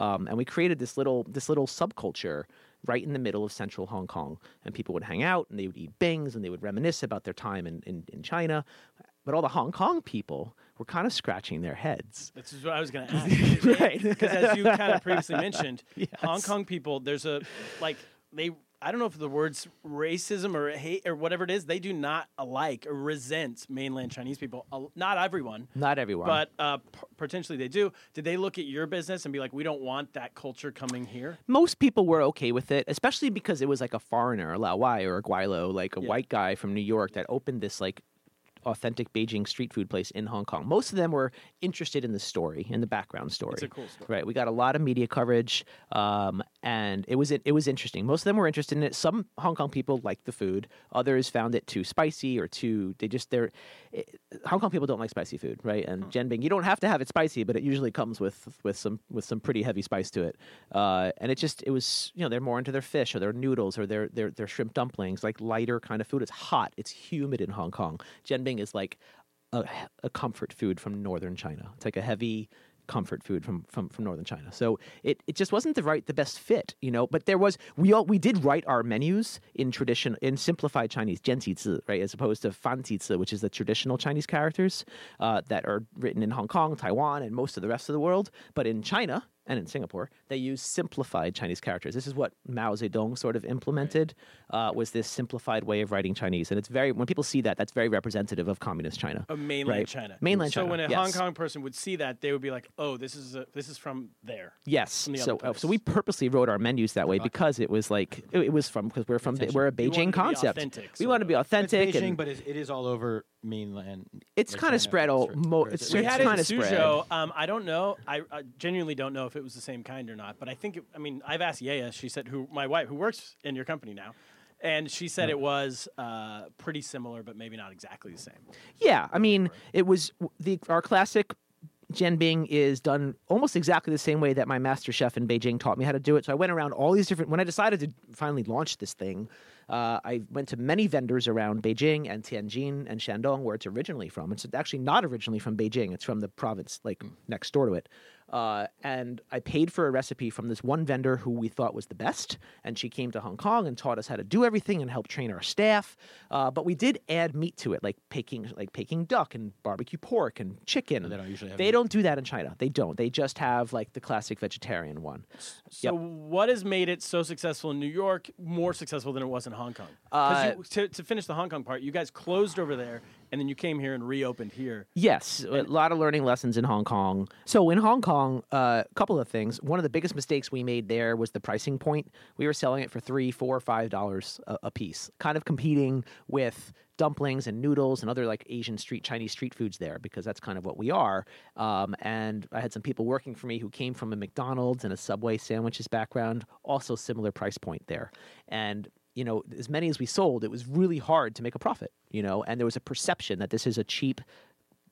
Speaker 5: Um, and we created this little this little subculture right in the middle of central Hong Kong, and people would hang out and they would eat bings and they would reminisce about their time in in, in China. But all the Hong Kong people were kind of scratching their heads,
Speaker 6: That's just what I was going to ask.
Speaker 5: right?
Speaker 6: Because as you kind of previously mentioned, Hong
Speaker 5: Yes.
Speaker 6: Kong people, there's a like they. I don't know if the words racism or hate or whatever it is, they do not alike or resent mainland Chinese people. Uh, Not everyone,
Speaker 5: Not everyone,
Speaker 6: but uh, p- potentially they do. Did they look at your business and be like, we don't want that culture coming here?
Speaker 5: most people were okay with it, especially because it was like a foreigner, a Lao Wai or a Guailo, like a white guy from New York that opened this like authentic Beijing street food place in Hong Kong. Most of them were interested in the story, in the background story. It's a
Speaker 6: cool story.
Speaker 5: right? We got a lot of media coverage, um, and it was it was interesting. Most of them were interested in it. Some Hong Kong people liked the food. Others found it too spicy or too. They just they're it, Hong Kong people don't like spicy food, right? And genbing, you don't have to have it spicy, but it usually comes with with some with some pretty heavy spice to it. Uh, and it just it was you know they're more into their fish or their noodles or their their their shrimp dumplings, like lighter kind of food. It's hot. It's humid in Hong Kong. Genbing is like a, a comfort food from northern China. It's like a heavy comfort food from from, from northern China. So it, it just wasn't the right the best fit, you know. But there was we all we did write our menus in tradition in simplified Chinese jianzizi, right, as opposed to fanzizi, which is the traditional Chinese characters uh, that are written in Hong Kong, Taiwan, and most of the rest of the world. But in China, and in Singapore, they use simplified Chinese characters. This is what Mao Zedong sort of implemented uh, was this simplified way of writing Chinese, and it's very when people see that, that's very representative of communist China,
Speaker 6: Of mainland
Speaker 5: right?
Speaker 6: China.
Speaker 5: mainland
Speaker 6: so
Speaker 5: China.
Speaker 6: when a
Speaker 5: yes.
Speaker 6: Hong Kong person would see that, they would be like, oh, this is a, this is from there.
Speaker 5: Yes.
Speaker 6: the other
Speaker 5: So, uh,
Speaker 6: place.
Speaker 5: so we purposely wrote our menus that way because it was like it, it was from because we're from we're a
Speaker 6: wanted to
Speaker 5: Beijing
Speaker 6: be
Speaker 5: concept.
Speaker 6: authentic,
Speaker 5: we
Speaker 6: sort
Speaker 5: want to
Speaker 6: of.
Speaker 5: be
Speaker 2: It's
Speaker 5: authentic
Speaker 2: Beijing,
Speaker 5: and
Speaker 2: but it's, it is all over mainland.
Speaker 5: It's
Speaker 2: like
Speaker 5: kinda
Speaker 2: China,
Speaker 5: spread all-
Speaker 2: sort of-
Speaker 5: mo-
Speaker 2: or is
Speaker 5: it's
Speaker 2: it-
Speaker 1: we had it in
Speaker 5: kinda spread.
Speaker 1: Suzhou. Um, I don't know. I, I genuinely don't know if it was the same kind or not. But I think. It, I mean, I've asked Yaya. She said, "Who my wife, who works in your company now." And she said it was uh, pretty similar, but maybe not exactly the same.
Speaker 5: Yeah, I mean, it was the our classic Jenbing is done almost exactly the same way that my master chef in Beijing taught me how to do it. So I went around all these different. When I decided to finally launch this thing, uh, I went to many vendors around Beijing and Tianjin and Shandong, where it's originally from. It's actually not originally from Beijing; it's from the province, like next door to it. Uh, and I paid for a recipe from this one vendor who we thought was the best. And she came to Hong Kong and taught us how to do everything and helped train our staff. Uh, but we did add meat to it, like Peking, like Peking duck and barbecue pork and chicken.
Speaker 2: They don't usually have
Speaker 5: They
Speaker 2: meat.
Speaker 5: don't do that in China. They don't. They just have like the classic vegetarian one.
Speaker 1: So, what has made it so successful in New York, more successful than it was in Hong Kong? 'Cause you- to, to finish the Hong Kong part, you guys closed over there, and then you came here and reopened here.
Speaker 5: Yes, a lot of learning lessons in Hong Kong. So in Hong Kong, a couple of things. One of the biggest mistakes we made there was the pricing point. We were selling it for three, four, five dollars a, a piece, kind of competing with dumplings and noodles and other like Asian street Chinese street foods there because that's kind of what we are. Um, and I had some people working for me who came from a McDonald's and a Subway sandwiches background, also similar price point there, and you know, as many as we sold, it was really hard to make a profit, you know, and there was a perception that this is a cheap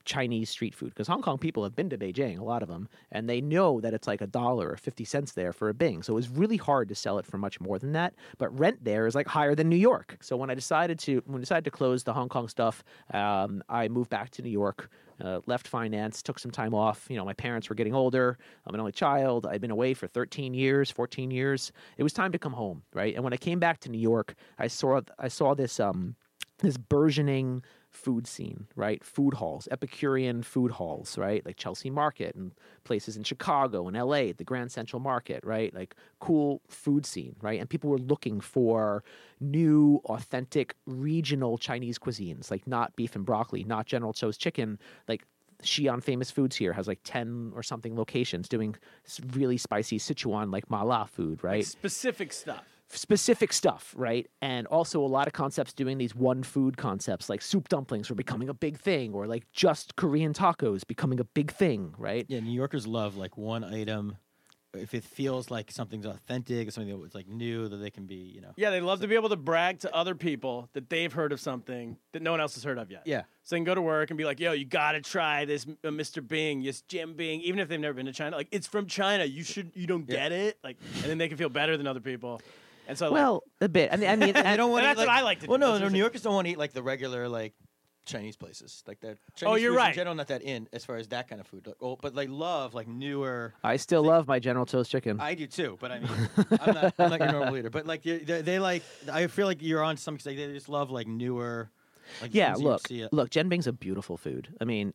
Speaker 5: Chinese street food because Hong Kong people have been to Beijing, a lot of them, and they know that it's like a dollar or 50 cents there for a Bing. So it was really hard to sell it for much more than that. But rent there is like higher than New York. So when I decided to when I decided to close the Hong Kong stuff, um, I moved back to New York. Uh, left finance, took some time off. You know, my parents were getting older. I'm an only child. I'd been away for 13 years, 14 years. It was time to come home, right? And when I came back to New York, I saw I saw this um, this burgeoning food scene, right? Food halls, Epicurean food halls, right? Like Chelsea Market and places in Chicago and LA, the Grand Central Market, right? Like cool food scene, right? And people were looking for new, authentic, regional Chinese cuisines, like not beef and broccoli, not General Tso's chicken, like Xi'an Famous Foods here has like 10 or something locations doing s- really spicy Sichuan like mala food, right?
Speaker 1: Specific stuff.
Speaker 5: specific stuff, right? And also a lot of concepts doing these one food concepts, like soup dumplings were becoming a big thing, or like just Korean tacos becoming a big thing, right?
Speaker 2: Yeah, New Yorkers love like one item. If it feels like something's authentic, or something that's like new, that they can be, you know.
Speaker 1: Yeah, they love to be able to brag to other people that they've heard of something that no one else has heard of yet.
Speaker 2: Yeah.
Speaker 1: So they can go to work and be like, yo, you got to try this uh, Mr. Bing, this Jim Bing, even if they've never been to China. Like, it's from China. You should, you don't get it. Like, and then they can feel better than other people. And so, like,
Speaker 5: Well, a bit. I mean, I mean,
Speaker 2: They don't want.
Speaker 1: that's what I like to
Speaker 2: Well,
Speaker 1: do.
Speaker 2: no,
Speaker 1: That's
Speaker 2: no,
Speaker 1: what
Speaker 2: New
Speaker 1: I'm
Speaker 2: Yorkers don't want to eat like the regular like Chinese places, like that. Chinese
Speaker 1: Oh, you're
Speaker 2: foods
Speaker 1: right.
Speaker 2: In general, not that in as far as that kind of food. Like, oh, but like love like newer.
Speaker 5: I still love my General Tso's chicken.
Speaker 2: I do too, but I mean, I'm not, I'm not your normal eater. But like, they, they, they like, I feel like you're on some. 'cause, Like, they just love like newer. Like,
Speaker 5: yeah,
Speaker 2: things you don't
Speaker 5: look,
Speaker 2: see it-
Speaker 5: look, Genbing's a beautiful food. I mean,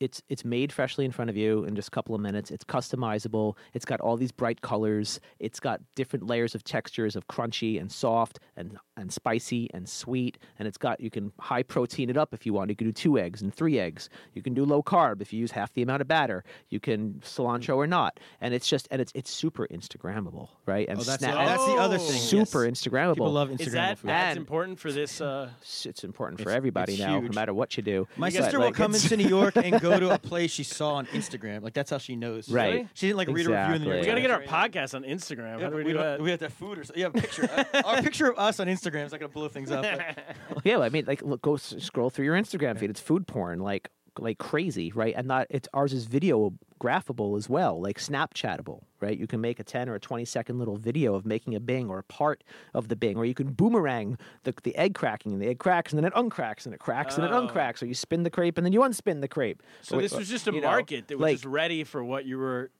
Speaker 5: it's it's made freshly in front of you in just a couple of minutes. It's customizable. It's got all these bright colors. It's got different layers of textures of crunchy and soft and and spicy and sweet. And it's got you can high protein it up if you want. You can do two eggs and three eggs. You can do low carb if you use half the amount of batter. You can cilantro or not. And it's just and it's it's super Instagrammable, right? And
Speaker 2: Oh, that's, the,
Speaker 5: sna-
Speaker 2: that's the other thing.
Speaker 5: super
Speaker 2: yes.
Speaker 5: Instagrammable.
Speaker 2: People love
Speaker 1: Is
Speaker 2: Instagram
Speaker 1: that
Speaker 2: food.
Speaker 1: that's
Speaker 5: And-
Speaker 1: important for this? Uh,
Speaker 5: it's, it's important for
Speaker 2: Oh. It's-
Speaker 5: everybody
Speaker 2: it's
Speaker 5: now,
Speaker 2: huge.
Speaker 5: no matter what you do.
Speaker 2: My
Speaker 5: But,
Speaker 2: sister will
Speaker 5: like,
Speaker 2: come
Speaker 5: it's-
Speaker 2: into New York and go to a place she saw on Instagram. Like that's how she knows. She's like-
Speaker 5: Right.
Speaker 2: She didn't like read a review in the New York.
Speaker 1: we
Speaker 5: Exactly.
Speaker 1: got
Speaker 2: Times
Speaker 1: to get our
Speaker 2: or anything.
Speaker 1: podcast on Instagram.
Speaker 2: Yeah,
Speaker 1: How do we
Speaker 2: we,
Speaker 1: do
Speaker 2: have,
Speaker 1: that?
Speaker 2: we have that food or something. Yeah, a picture. Uh, our picture of us on Instagram is not gonna blow things up. but-
Speaker 5: yeah, I mean, like, look, go s- scroll through your Instagram feed. It's food porn, like, like crazy, right? And not it's ours is videographable as well, like Snapchatable, right? You can make a ten or a twenty second little video of making a Bing or a part of the Bing, or you can boomerang the the egg cracking, and the egg cracks, and then it uncracks, and it cracks, and it uncracks, or you spin the crepe, and then you unspin the crepe.
Speaker 1: Oh. so
Speaker 5: Or-
Speaker 1: this was just a
Speaker 5: you know,
Speaker 1: market that was
Speaker 5: like-
Speaker 1: just ready for what you were.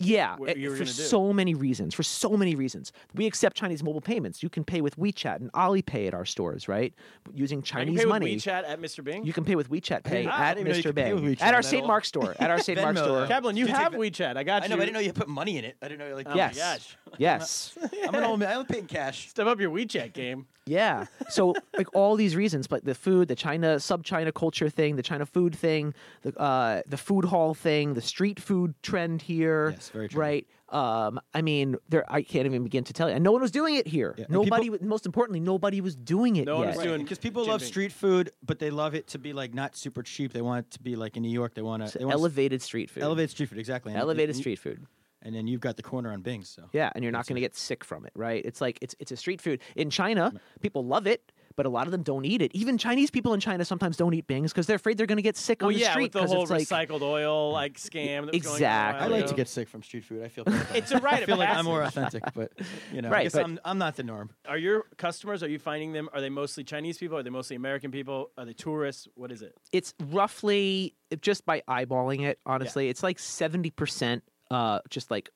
Speaker 5: Yeah,
Speaker 1: what
Speaker 5: it-
Speaker 1: you were
Speaker 5: for
Speaker 1: gonna do.
Speaker 5: so many reasons. For so many reasons, we accept Chinese mobile payments. You can pay with WeChat and Alipay at our stores, right? Using
Speaker 1: I
Speaker 5: Chinese
Speaker 1: can pay
Speaker 5: money,
Speaker 1: with WeChat at Mr. Bing.
Speaker 5: you can pay with WeChat Pay
Speaker 2: didn't- I
Speaker 5: at
Speaker 2: didn't even know you
Speaker 5: Mr.
Speaker 2: could pay with
Speaker 5: Bang
Speaker 2: WeChat
Speaker 5: at our
Speaker 2: at
Speaker 5: St.
Speaker 2: all.
Speaker 5: Mark's store. At our St. Mark's
Speaker 2: Venmo,
Speaker 5: store.
Speaker 2: though.
Speaker 1: Kaplan, you
Speaker 2: Do you take
Speaker 1: have
Speaker 2: the-
Speaker 1: WeChat. I got
Speaker 2: I
Speaker 1: you.
Speaker 2: know. but I didn't know you put money in it. I didn't know.
Speaker 1: Oh
Speaker 2: Like,
Speaker 5: Yes. Yes.
Speaker 2: I'm an old man. I don't pay in cash.
Speaker 1: Step up your WeChat game.
Speaker 5: Yeah. So like all these reasons, but the food, the China sub China culture thing, the China food thing, the uh, the food hall thing, the street food trend here,
Speaker 2: Yes, very true.
Speaker 5: Right. Um, I mean, there. I can't even begin to tell you. And no one was doing it here.
Speaker 2: Yeah, and
Speaker 5: Nobody.
Speaker 2: people-
Speaker 5: was- most importantly, nobody was doing it.
Speaker 1: No one
Speaker 5: yet.
Speaker 1: was doing
Speaker 2: Because people love
Speaker 1: Jimping.
Speaker 2: street food, but they love it to be like not super cheap. They want it to be like in New York. They want to
Speaker 5: It's elevated street food.
Speaker 2: Elevated street food, exactly. And-
Speaker 5: Elevated
Speaker 2: and you-
Speaker 5: street food.
Speaker 2: And then you've got the corner on Bing's. So
Speaker 5: Yeah, and you're not going to get sick from it, right? It's like it's it's a street food. In China, people love it, but a lot of them don't eat it. Even Chinese people in China sometimes don't eat bings because they're afraid they're going to get sick
Speaker 1: Well,
Speaker 5: on the
Speaker 1: yeah,
Speaker 5: street
Speaker 1: with the
Speaker 5: because
Speaker 1: whole
Speaker 5: it's like
Speaker 1: recycled oil like scam. That was going on a
Speaker 5: Exactly.
Speaker 2: I
Speaker 1: while
Speaker 2: like
Speaker 1: ago.
Speaker 2: to get sick from street food. I feel. bad about
Speaker 1: It's
Speaker 2: it.
Speaker 1: a rite
Speaker 2: I
Speaker 1: of
Speaker 2: feel like I'm
Speaker 1: passage.
Speaker 2: more authentic, but you know, I
Speaker 5: Right,
Speaker 2: guess
Speaker 5: but-
Speaker 2: I'm, I'm not the norm.
Speaker 1: Are your customers? Are you finding them? Are they mostly Chinese people? Are they mostly American people? Are they tourists? What is it?
Speaker 5: it's roughly just by eyeballing it. Honestly, it's like seventy percent, uh, just like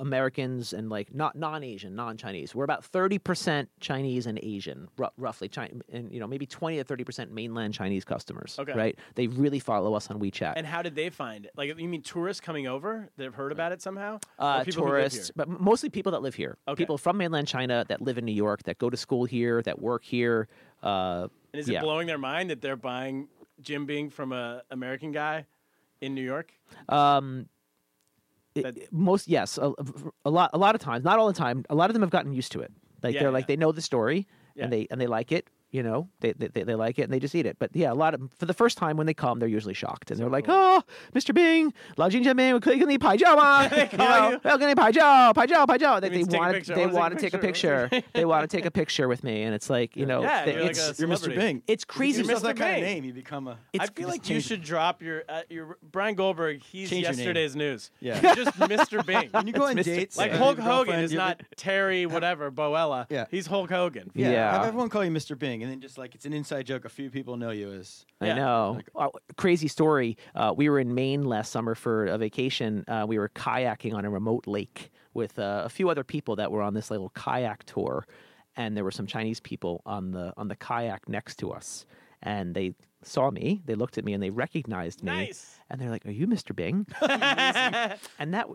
Speaker 5: Americans and like not non-Asian, non-Chinese. We're about thirty percent Chinese and Asian, ru- roughly, China, and you know maybe twenty to thirty percent mainland Chinese customers.
Speaker 1: Okay.
Speaker 5: right? They really follow us on WeChat.
Speaker 1: And how did they find it? Like, you mean tourists coming over that have heard about it somehow? Or
Speaker 5: uh,
Speaker 1: people who live
Speaker 5: tourists,
Speaker 1: here?
Speaker 5: but mostly people that live here.
Speaker 1: Okay.
Speaker 5: People from mainland China that live in New York, that go to school here, that work here. Uh,
Speaker 1: And is
Speaker 5: yeah.
Speaker 1: it blowing their mind that they're buying Jim Bing from a American guy in New York?
Speaker 5: It-
Speaker 1: that-
Speaker 5: it- most yes, a, a lot a lot of times, not all the time. A lot of them have gotten used to it. Like
Speaker 1: Yeah,
Speaker 5: they're
Speaker 1: yeah.
Speaker 5: like they know the story
Speaker 1: Yeah.
Speaker 5: and they and they like it. You know, they, they they they like it and they just eat it. But yeah, a lot of for the first time when they come, they're usually shocked and they're like, "Oh, Mr. Bing, Lao Jing Jian Bing, click on the Pai Jiao Ma, you know, "Oh, can I Pai Jiao, Pai Jiao, Pai Jiao." They,
Speaker 1: means take a
Speaker 5: want
Speaker 1: picture.
Speaker 5: they
Speaker 1: I wanna
Speaker 5: want to take a picture. They want to take a picture with me, and it's like you know,
Speaker 1: Yeah,
Speaker 5: they-
Speaker 1: you're like
Speaker 5: it's
Speaker 1: a
Speaker 2: You're Mr.
Speaker 1: Celebrity.
Speaker 2: Bing.
Speaker 5: it's
Speaker 2: If
Speaker 5: crazy.
Speaker 2: you yourself that kind
Speaker 1: Bing.
Speaker 2: of name, you become a.
Speaker 1: I
Speaker 2: It's-
Speaker 1: feel
Speaker 2: just
Speaker 1: like you
Speaker 2: change it.
Speaker 1: should drop your uh, your Brian Goldberg. He's
Speaker 2: Change your name.
Speaker 1: yesterday's news.
Speaker 2: Yeah.
Speaker 1: You're just Mr. Bing.
Speaker 2: When you go on
Speaker 5: Mr.
Speaker 2: dates,
Speaker 1: like
Speaker 2: uh,
Speaker 1: Hulk
Speaker 2: your
Speaker 1: Hogan
Speaker 2: girlfriend,
Speaker 1: is
Speaker 2: you-
Speaker 1: not Terry whatever Boella.
Speaker 2: Yeah.
Speaker 1: he's Hulk Hogan.
Speaker 2: Yeah. Have
Speaker 5: Yeah.
Speaker 2: everyone call you Mr. Bing, and then just like it's an inside joke. A few people know you as.
Speaker 1: Yeah.
Speaker 5: I know. Oh, crazy story. Uh, we were in Maine last summer for a vacation. Uh, we were kayaking on a remote lake with uh, a few other people that were on this little kayak tour, and there were some Chinese people on the on the kayak next to us, and they saw me. They looked at me and they recognized me,
Speaker 1: Nice.
Speaker 5: and they're like, "Are you Mr. Bing?" and that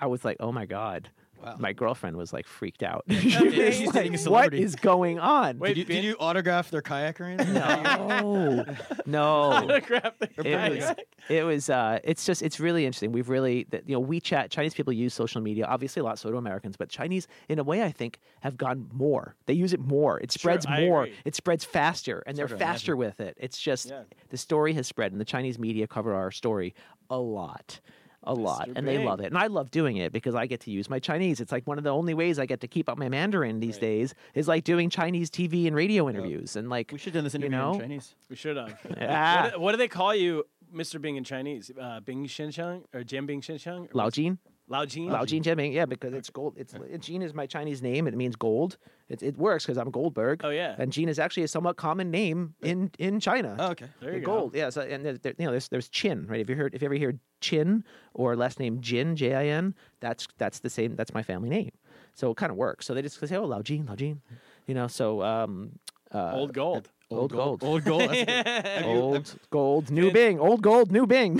Speaker 5: I was like, "Oh my god." My girlfriend was like freaked out. She was
Speaker 2: she's dating a
Speaker 5: what
Speaker 2: celebrity."
Speaker 5: is going on?
Speaker 1: Wait,
Speaker 2: Did you,
Speaker 1: Bing?
Speaker 2: did you autograph their kayak or anything?
Speaker 5: no, "Oh, no.
Speaker 1: Grab the
Speaker 5: It was,
Speaker 1: guy.
Speaker 5: it was uh it's just it's really interesting we've really that you know wechat chinese people use social media obviously a lot so do americans but chinese in a way i think have gone more they use it more it spreads
Speaker 1: I
Speaker 5: more
Speaker 1: agree.
Speaker 5: it spreads faster and they're faster with it it's just the story has spread and the chinese media cover our story a lot a lot and they love it and i love doing it because i get to use my chinese it's like one of the only ways i get to keep up my mandarin these days is like doing chinese tv and radio interviews and like
Speaker 2: We should have done this interview
Speaker 5: know?
Speaker 2: in Chinese.
Speaker 1: We should have.
Speaker 5: Yeah.
Speaker 1: What, do- what do they call you, Mr. Bing in Chinese? Uh, Bing Shensheng or Jim Bing Shensheng?
Speaker 5: lao jin
Speaker 1: Lao Jin?
Speaker 5: Lao Jin Jianming, yeah, because it's gold. It's Jin is my Chinese name. It means gold. It, it works because I'm Goldberg.
Speaker 1: Oh, yeah.
Speaker 5: And Jin is actually a somewhat common name in in China.
Speaker 2: Oh, okay.
Speaker 1: There you
Speaker 5: The
Speaker 1: go.
Speaker 5: gold, yeah. So and there, there- you know, there's there's Chin, right? If you heard, if you ever hear Chin or last name Jin, J I N, that's that's the same. That's my family name. So it kind of works. So they just say, oh, Lao Jin, Lao Jin, you know. So um, uh,
Speaker 1: Old Gold.
Speaker 5: old gold,
Speaker 2: Old gold. That's good.
Speaker 5: old gold, new Bing, old gold, new Bing.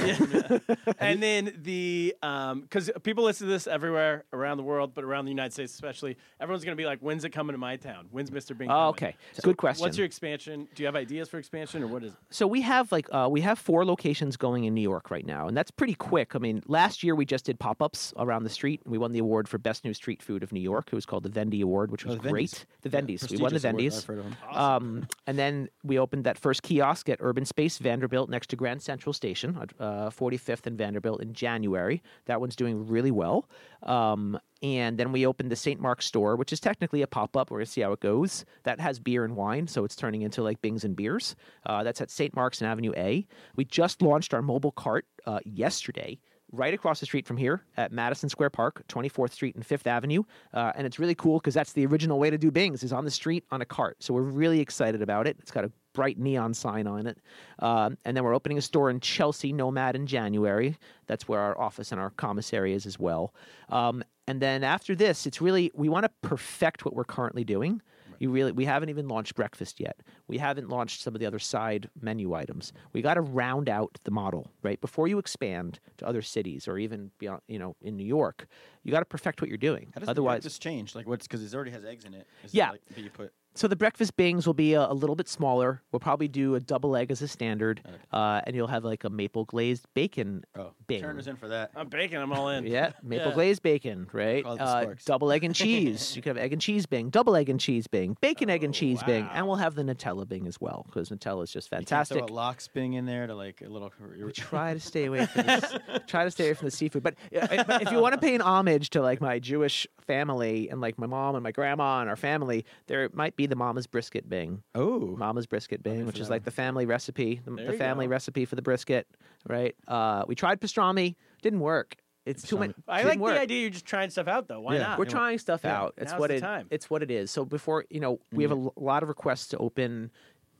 Speaker 1: And then the, because people listen to this everywhere around the world, but around the United States especially, everyone's going to be like, when's it coming to my town? When's Mr. Bing?
Speaker 5: Oh,
Speaker 1: coming?"
Speaker 5: okay. Good question.
Speaker 1: What's your expansion? Do you have ideas for expansion or what is
Speaker 5: so we have like uh, we have four locations going in New York right now, and that's pretty quick. I mean, last year we just did pop ups around the street. and We won the award for best new street food of New York. It was called the Vendy Award, which was
Speaker 2: Oh, the Vendies.
Speaker 5: great. The Vendies, we won the
Speaker 2: Prestigious award.
Speaker 5: Vendies.
Speaker 2: I've heard of 'em.
Speaker 5: Um, and then we opened that first kiosk at Urban Space Vanderbilt next to Grand Central Station, uh, 45th and Vanderbilt in January. That one's doing really well. Um, and then we opened the St. Mark's store, which is technically a pop up. We're going to see how it goes. That has beer and wine, so it's turning into like Bings and Beers. Uh, that's at St. Mark's and Avenue A. We just launched our mobile cart uh, yesterday right across the street from here at Madison Square Park, 24th Street and 5th Avenue. Uh, and it's really cool because that's the original way to do Bings is on the street on a cart. So we're really excited about it. It's got a bright neon sign on it. Um, and then we're opening a store in Chelsea Nomad in January. That's where our office and our commissary is as well. Um, and then after this, it's really, we want to perfect what we're currently doing. You really we haven't even launched breakfast yet. We haven't launched some of the other side menu items. We got to round out the model, right? Before you expand to other cities or even beyond, you know, in New York, you got to perfect what you're doing.
Speaker 2: How does
Speaker 5: Otherwise,
Speaker 2: this change? Like, what's because it already has eggs in it? Is it
Speaker 5: Yeah.
Speaker 2: like, that you put
Speaker 5: So the breakfast bings will be a, a little bit smaller. We'll probably do a double egg as a standard, uh, and you'll have like a maple glazed bacon bing.
Speaker 2: Oh, Turner's in for that.
Speaker 1: I'm baking them all in.
Speaker 5: Yeah, maple
Speaker 1: Yeah.
Speaker 5: glazed bacon, right?
Speaker 2: Call it the
Speaker 5: Uh,
Speaker 2: Sparks.
Speaker 5: double egg and cheese. you could have egg and cheese bing, double egg and cheese bing, bacon egg
Speaker 1: Oh,
Speaker 5: and cheese bing, and we'll have the Nutella bing as well because Nutella is just fantastic.
Speaker 2: Throw a lock sping in there to like a little.
Speaker 5: try to stay away from this, try to stay away from the seafood. But, uh, but if you want to pay an homage to like my Jewish family and like my mom and my grandma and our family, there might be the Mama's brisket bing.
Speaker 2: Oh,
Speaker 5: Mama's brisket bing, which is like the family recipe, the, the
Speaker 1: you
Speaker 5: family
Speaker 1: go.
Speaker 5: recipe for the brisket, right? Uh, we tried pastrami, didn't work. It's too much.
Speaker 1: I
Speaker 5: didn't
Speaker 1: like
Speaker 5: work.
Speaker 1: the idea you're just trying stuff out though. Why
Speaker 2: Yeah.
Speaker 1: not?
Speaker 5: We're trying stuff out. It's
Speaker 1: Ah, now's
Speaker 5: what
Speaker 1: the
Speaker 5: it,
Speaker 1: time. Mm-hmm.
Speaker 5: it's what it is. So before you know, we have a l- lot of requests to open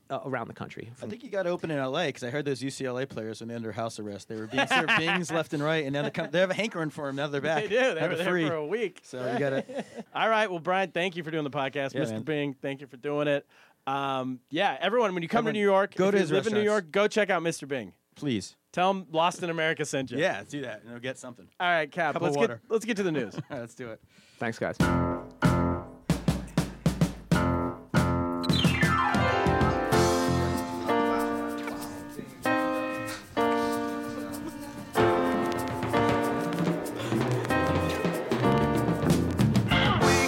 Speaker 5: uh, around the country.
Speaker 2: I think you got to open in L.A. because I heard those UCLA players when they're under house arrest, they were being served bings left and right, and now they come, they have a hankering for them. Now they're back.
Speaker 1: They do. They
Speaker 2: Now
Speaker 1: were
Speaker 2: they're
Speaker 1: there
Speaker 2: free.
Speaker 1: for a week.
Speaker 2: So you got to.
Speaker 1: All right. Well, Brian, thank you for doing the podcast,
Speaker 2: Yeah,
Speaker 1: Mr.
Speaker 2: man.
Speaker 1: Bing. Thank you for doing it. Um, yeah, everyone, when you come to New York,
Speaker 2: go
Speaker 1: if
Speaker 2: to
Speaker 1: you
Speaker 2: his
Speaker 1: live in New
Speaker 2: restaurants.
Speaker 1: York, go check out Mr. Bing.
Speaker 2: Please.
Speaker 1: Tell him Lost in America sent you.
Speaker 2: Yeah, do that, and they'll get something.
Speaker 1: All right, Cap.
Speaker 2: Cup of
Speaker 1: Let's get
Speaker 2: water.
Speaker 1: let's get to the news.
Speaker 2: All right, let's do it.
Speaker 5: Thanks, guys.
Speaker 7: We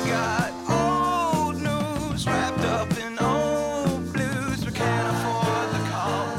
Speaker 7: got old news wrapped up in old blues. We can't afford the call.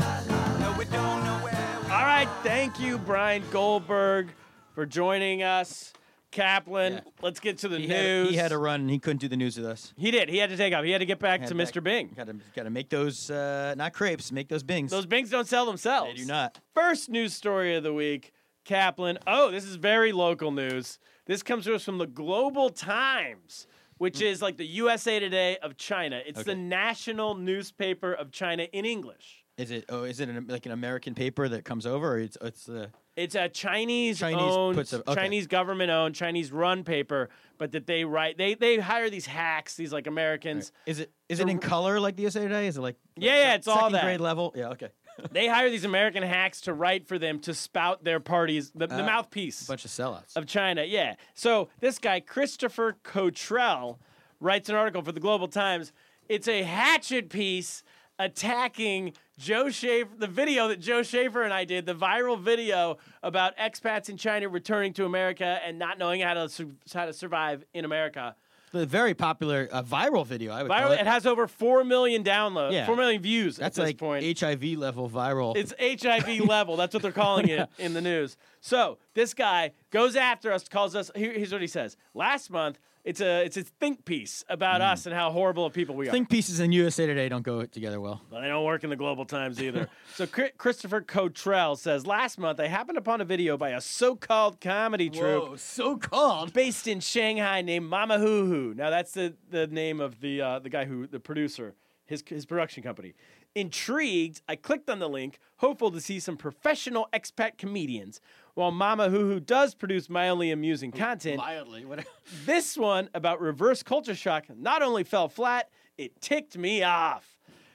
Speaker 7: No, we don't know where
Speaker 1: All right, thank you, Brian Goldberg, for joining us. Kaplan, let's get to the
Speaker 2: He had,
Speaker 1: news.
Speaker 2: he had to run, and he couldn't do the news with us.
Speaker 1: He did. He had to take off. He had to get back
Speaker 2: Had
Speaker 1: to
Speaker 2: back-
Speaker 1: Mr. Bing.
Speaker 2: Got to got to make those uh, not crepes, make those bings.
Speaker 1: Those Bings don't sell themselves.
Speaker 2: they do not.
Speaker 1: First news story of the week Kaplan. Oh, this is very local news. This comes to us from the Global Times, which is like the USA Today of China. It's the
Speaker 2: Hmm. Okay.
Speaker 1: national newspaper of China in English.
Speaker 2: Is it? Oh, is it an, like an American paper that comes over? Or it's it's uh,
Speaker 1: It's a Chinese,
Speaker 2: Chinese
Speaker 1: owned,
Speaker 2: puts a- okay.
Speaker 1: Chinese government owned, Chinese run paper, but that they write. They they hire these hacks, these like Americans.
Speaker 2: is it is it in color like the USA Today? Is it like
Speaker 1: Yeah, yeah, it's all
Speaker 2: second
Speaker 1: that.
Speaker 2: grade level? Yeah, okay.
Speaker 1: They hire these American hacks to write for them to spout their parties, the, the
Speaker 2: Ah,
Speaker 1: mouthpiece.
Speaker 2: Bunch of sellouts.
Speaker 1: of China. Yeah. So this guy Christopher Cottrell writes an article for the Global Times. It's a hatchet piece attacking Joe Schaefer. The video that Joe Schaefer and I did, the viral video about expats in China returning to America and not knowing how to su- how to survive in America.
Speaker 2: the very popular uh, viral video. I would call
Speaker 1: Viral.
Speaker 2: it.
Speaker 1: It has over four million downloads,
Speaker 2: Yeah.
Speaker 1: four million views
Speaker 2: That's
Speaker 1: at this
Speaker 2: like
Speaker 1: point.
Speaker 2: HIV level viral.
Speaker 1: It's HIV level. That's what they're calling it in the news. So this guy goes after us, calls us. Here, here's what he says. Last month, it's a it's a think piece about us and how horrible of people we are.
Speaker 2: Think pieces in USA Today don't go together well.
Speaker 1: Well, they don't work in the Global Times either. so Chri- Christopher Cottrell says last month I happened upon a video by a so-called comedy troupe
Speaker 2: so called.
Speaker 1: based in Shanghai named Mama Hoo Hoo. Now that's the, the name of the uh, the guy who the producer his his production company. Intrigued, I clicked on the link, hopeful to see some professional expat comedians. While Mama Hoo Hoo does produce mildly amusing content,
Speaker 2: Mildly, whatever.
Speaker 1: this one about reverse culture shock not only fell flat, it ticked me off.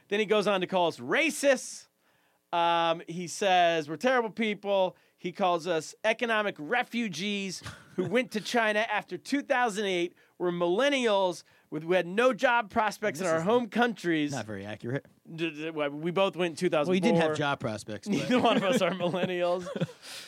Speaker 1: Then he goes on to call us racists. Um, he says we're terrible people. He calls us economic refugees who went to China after 2008. We're millennials with who had no job prospects in our home countries.
Speaker 2: Not very accurate.
Speaker 1: D- d- We both went in 2004.
Speaker 2: Well, he didn't have job prospects. but-
Speaker 1: Neither one of us are millennials.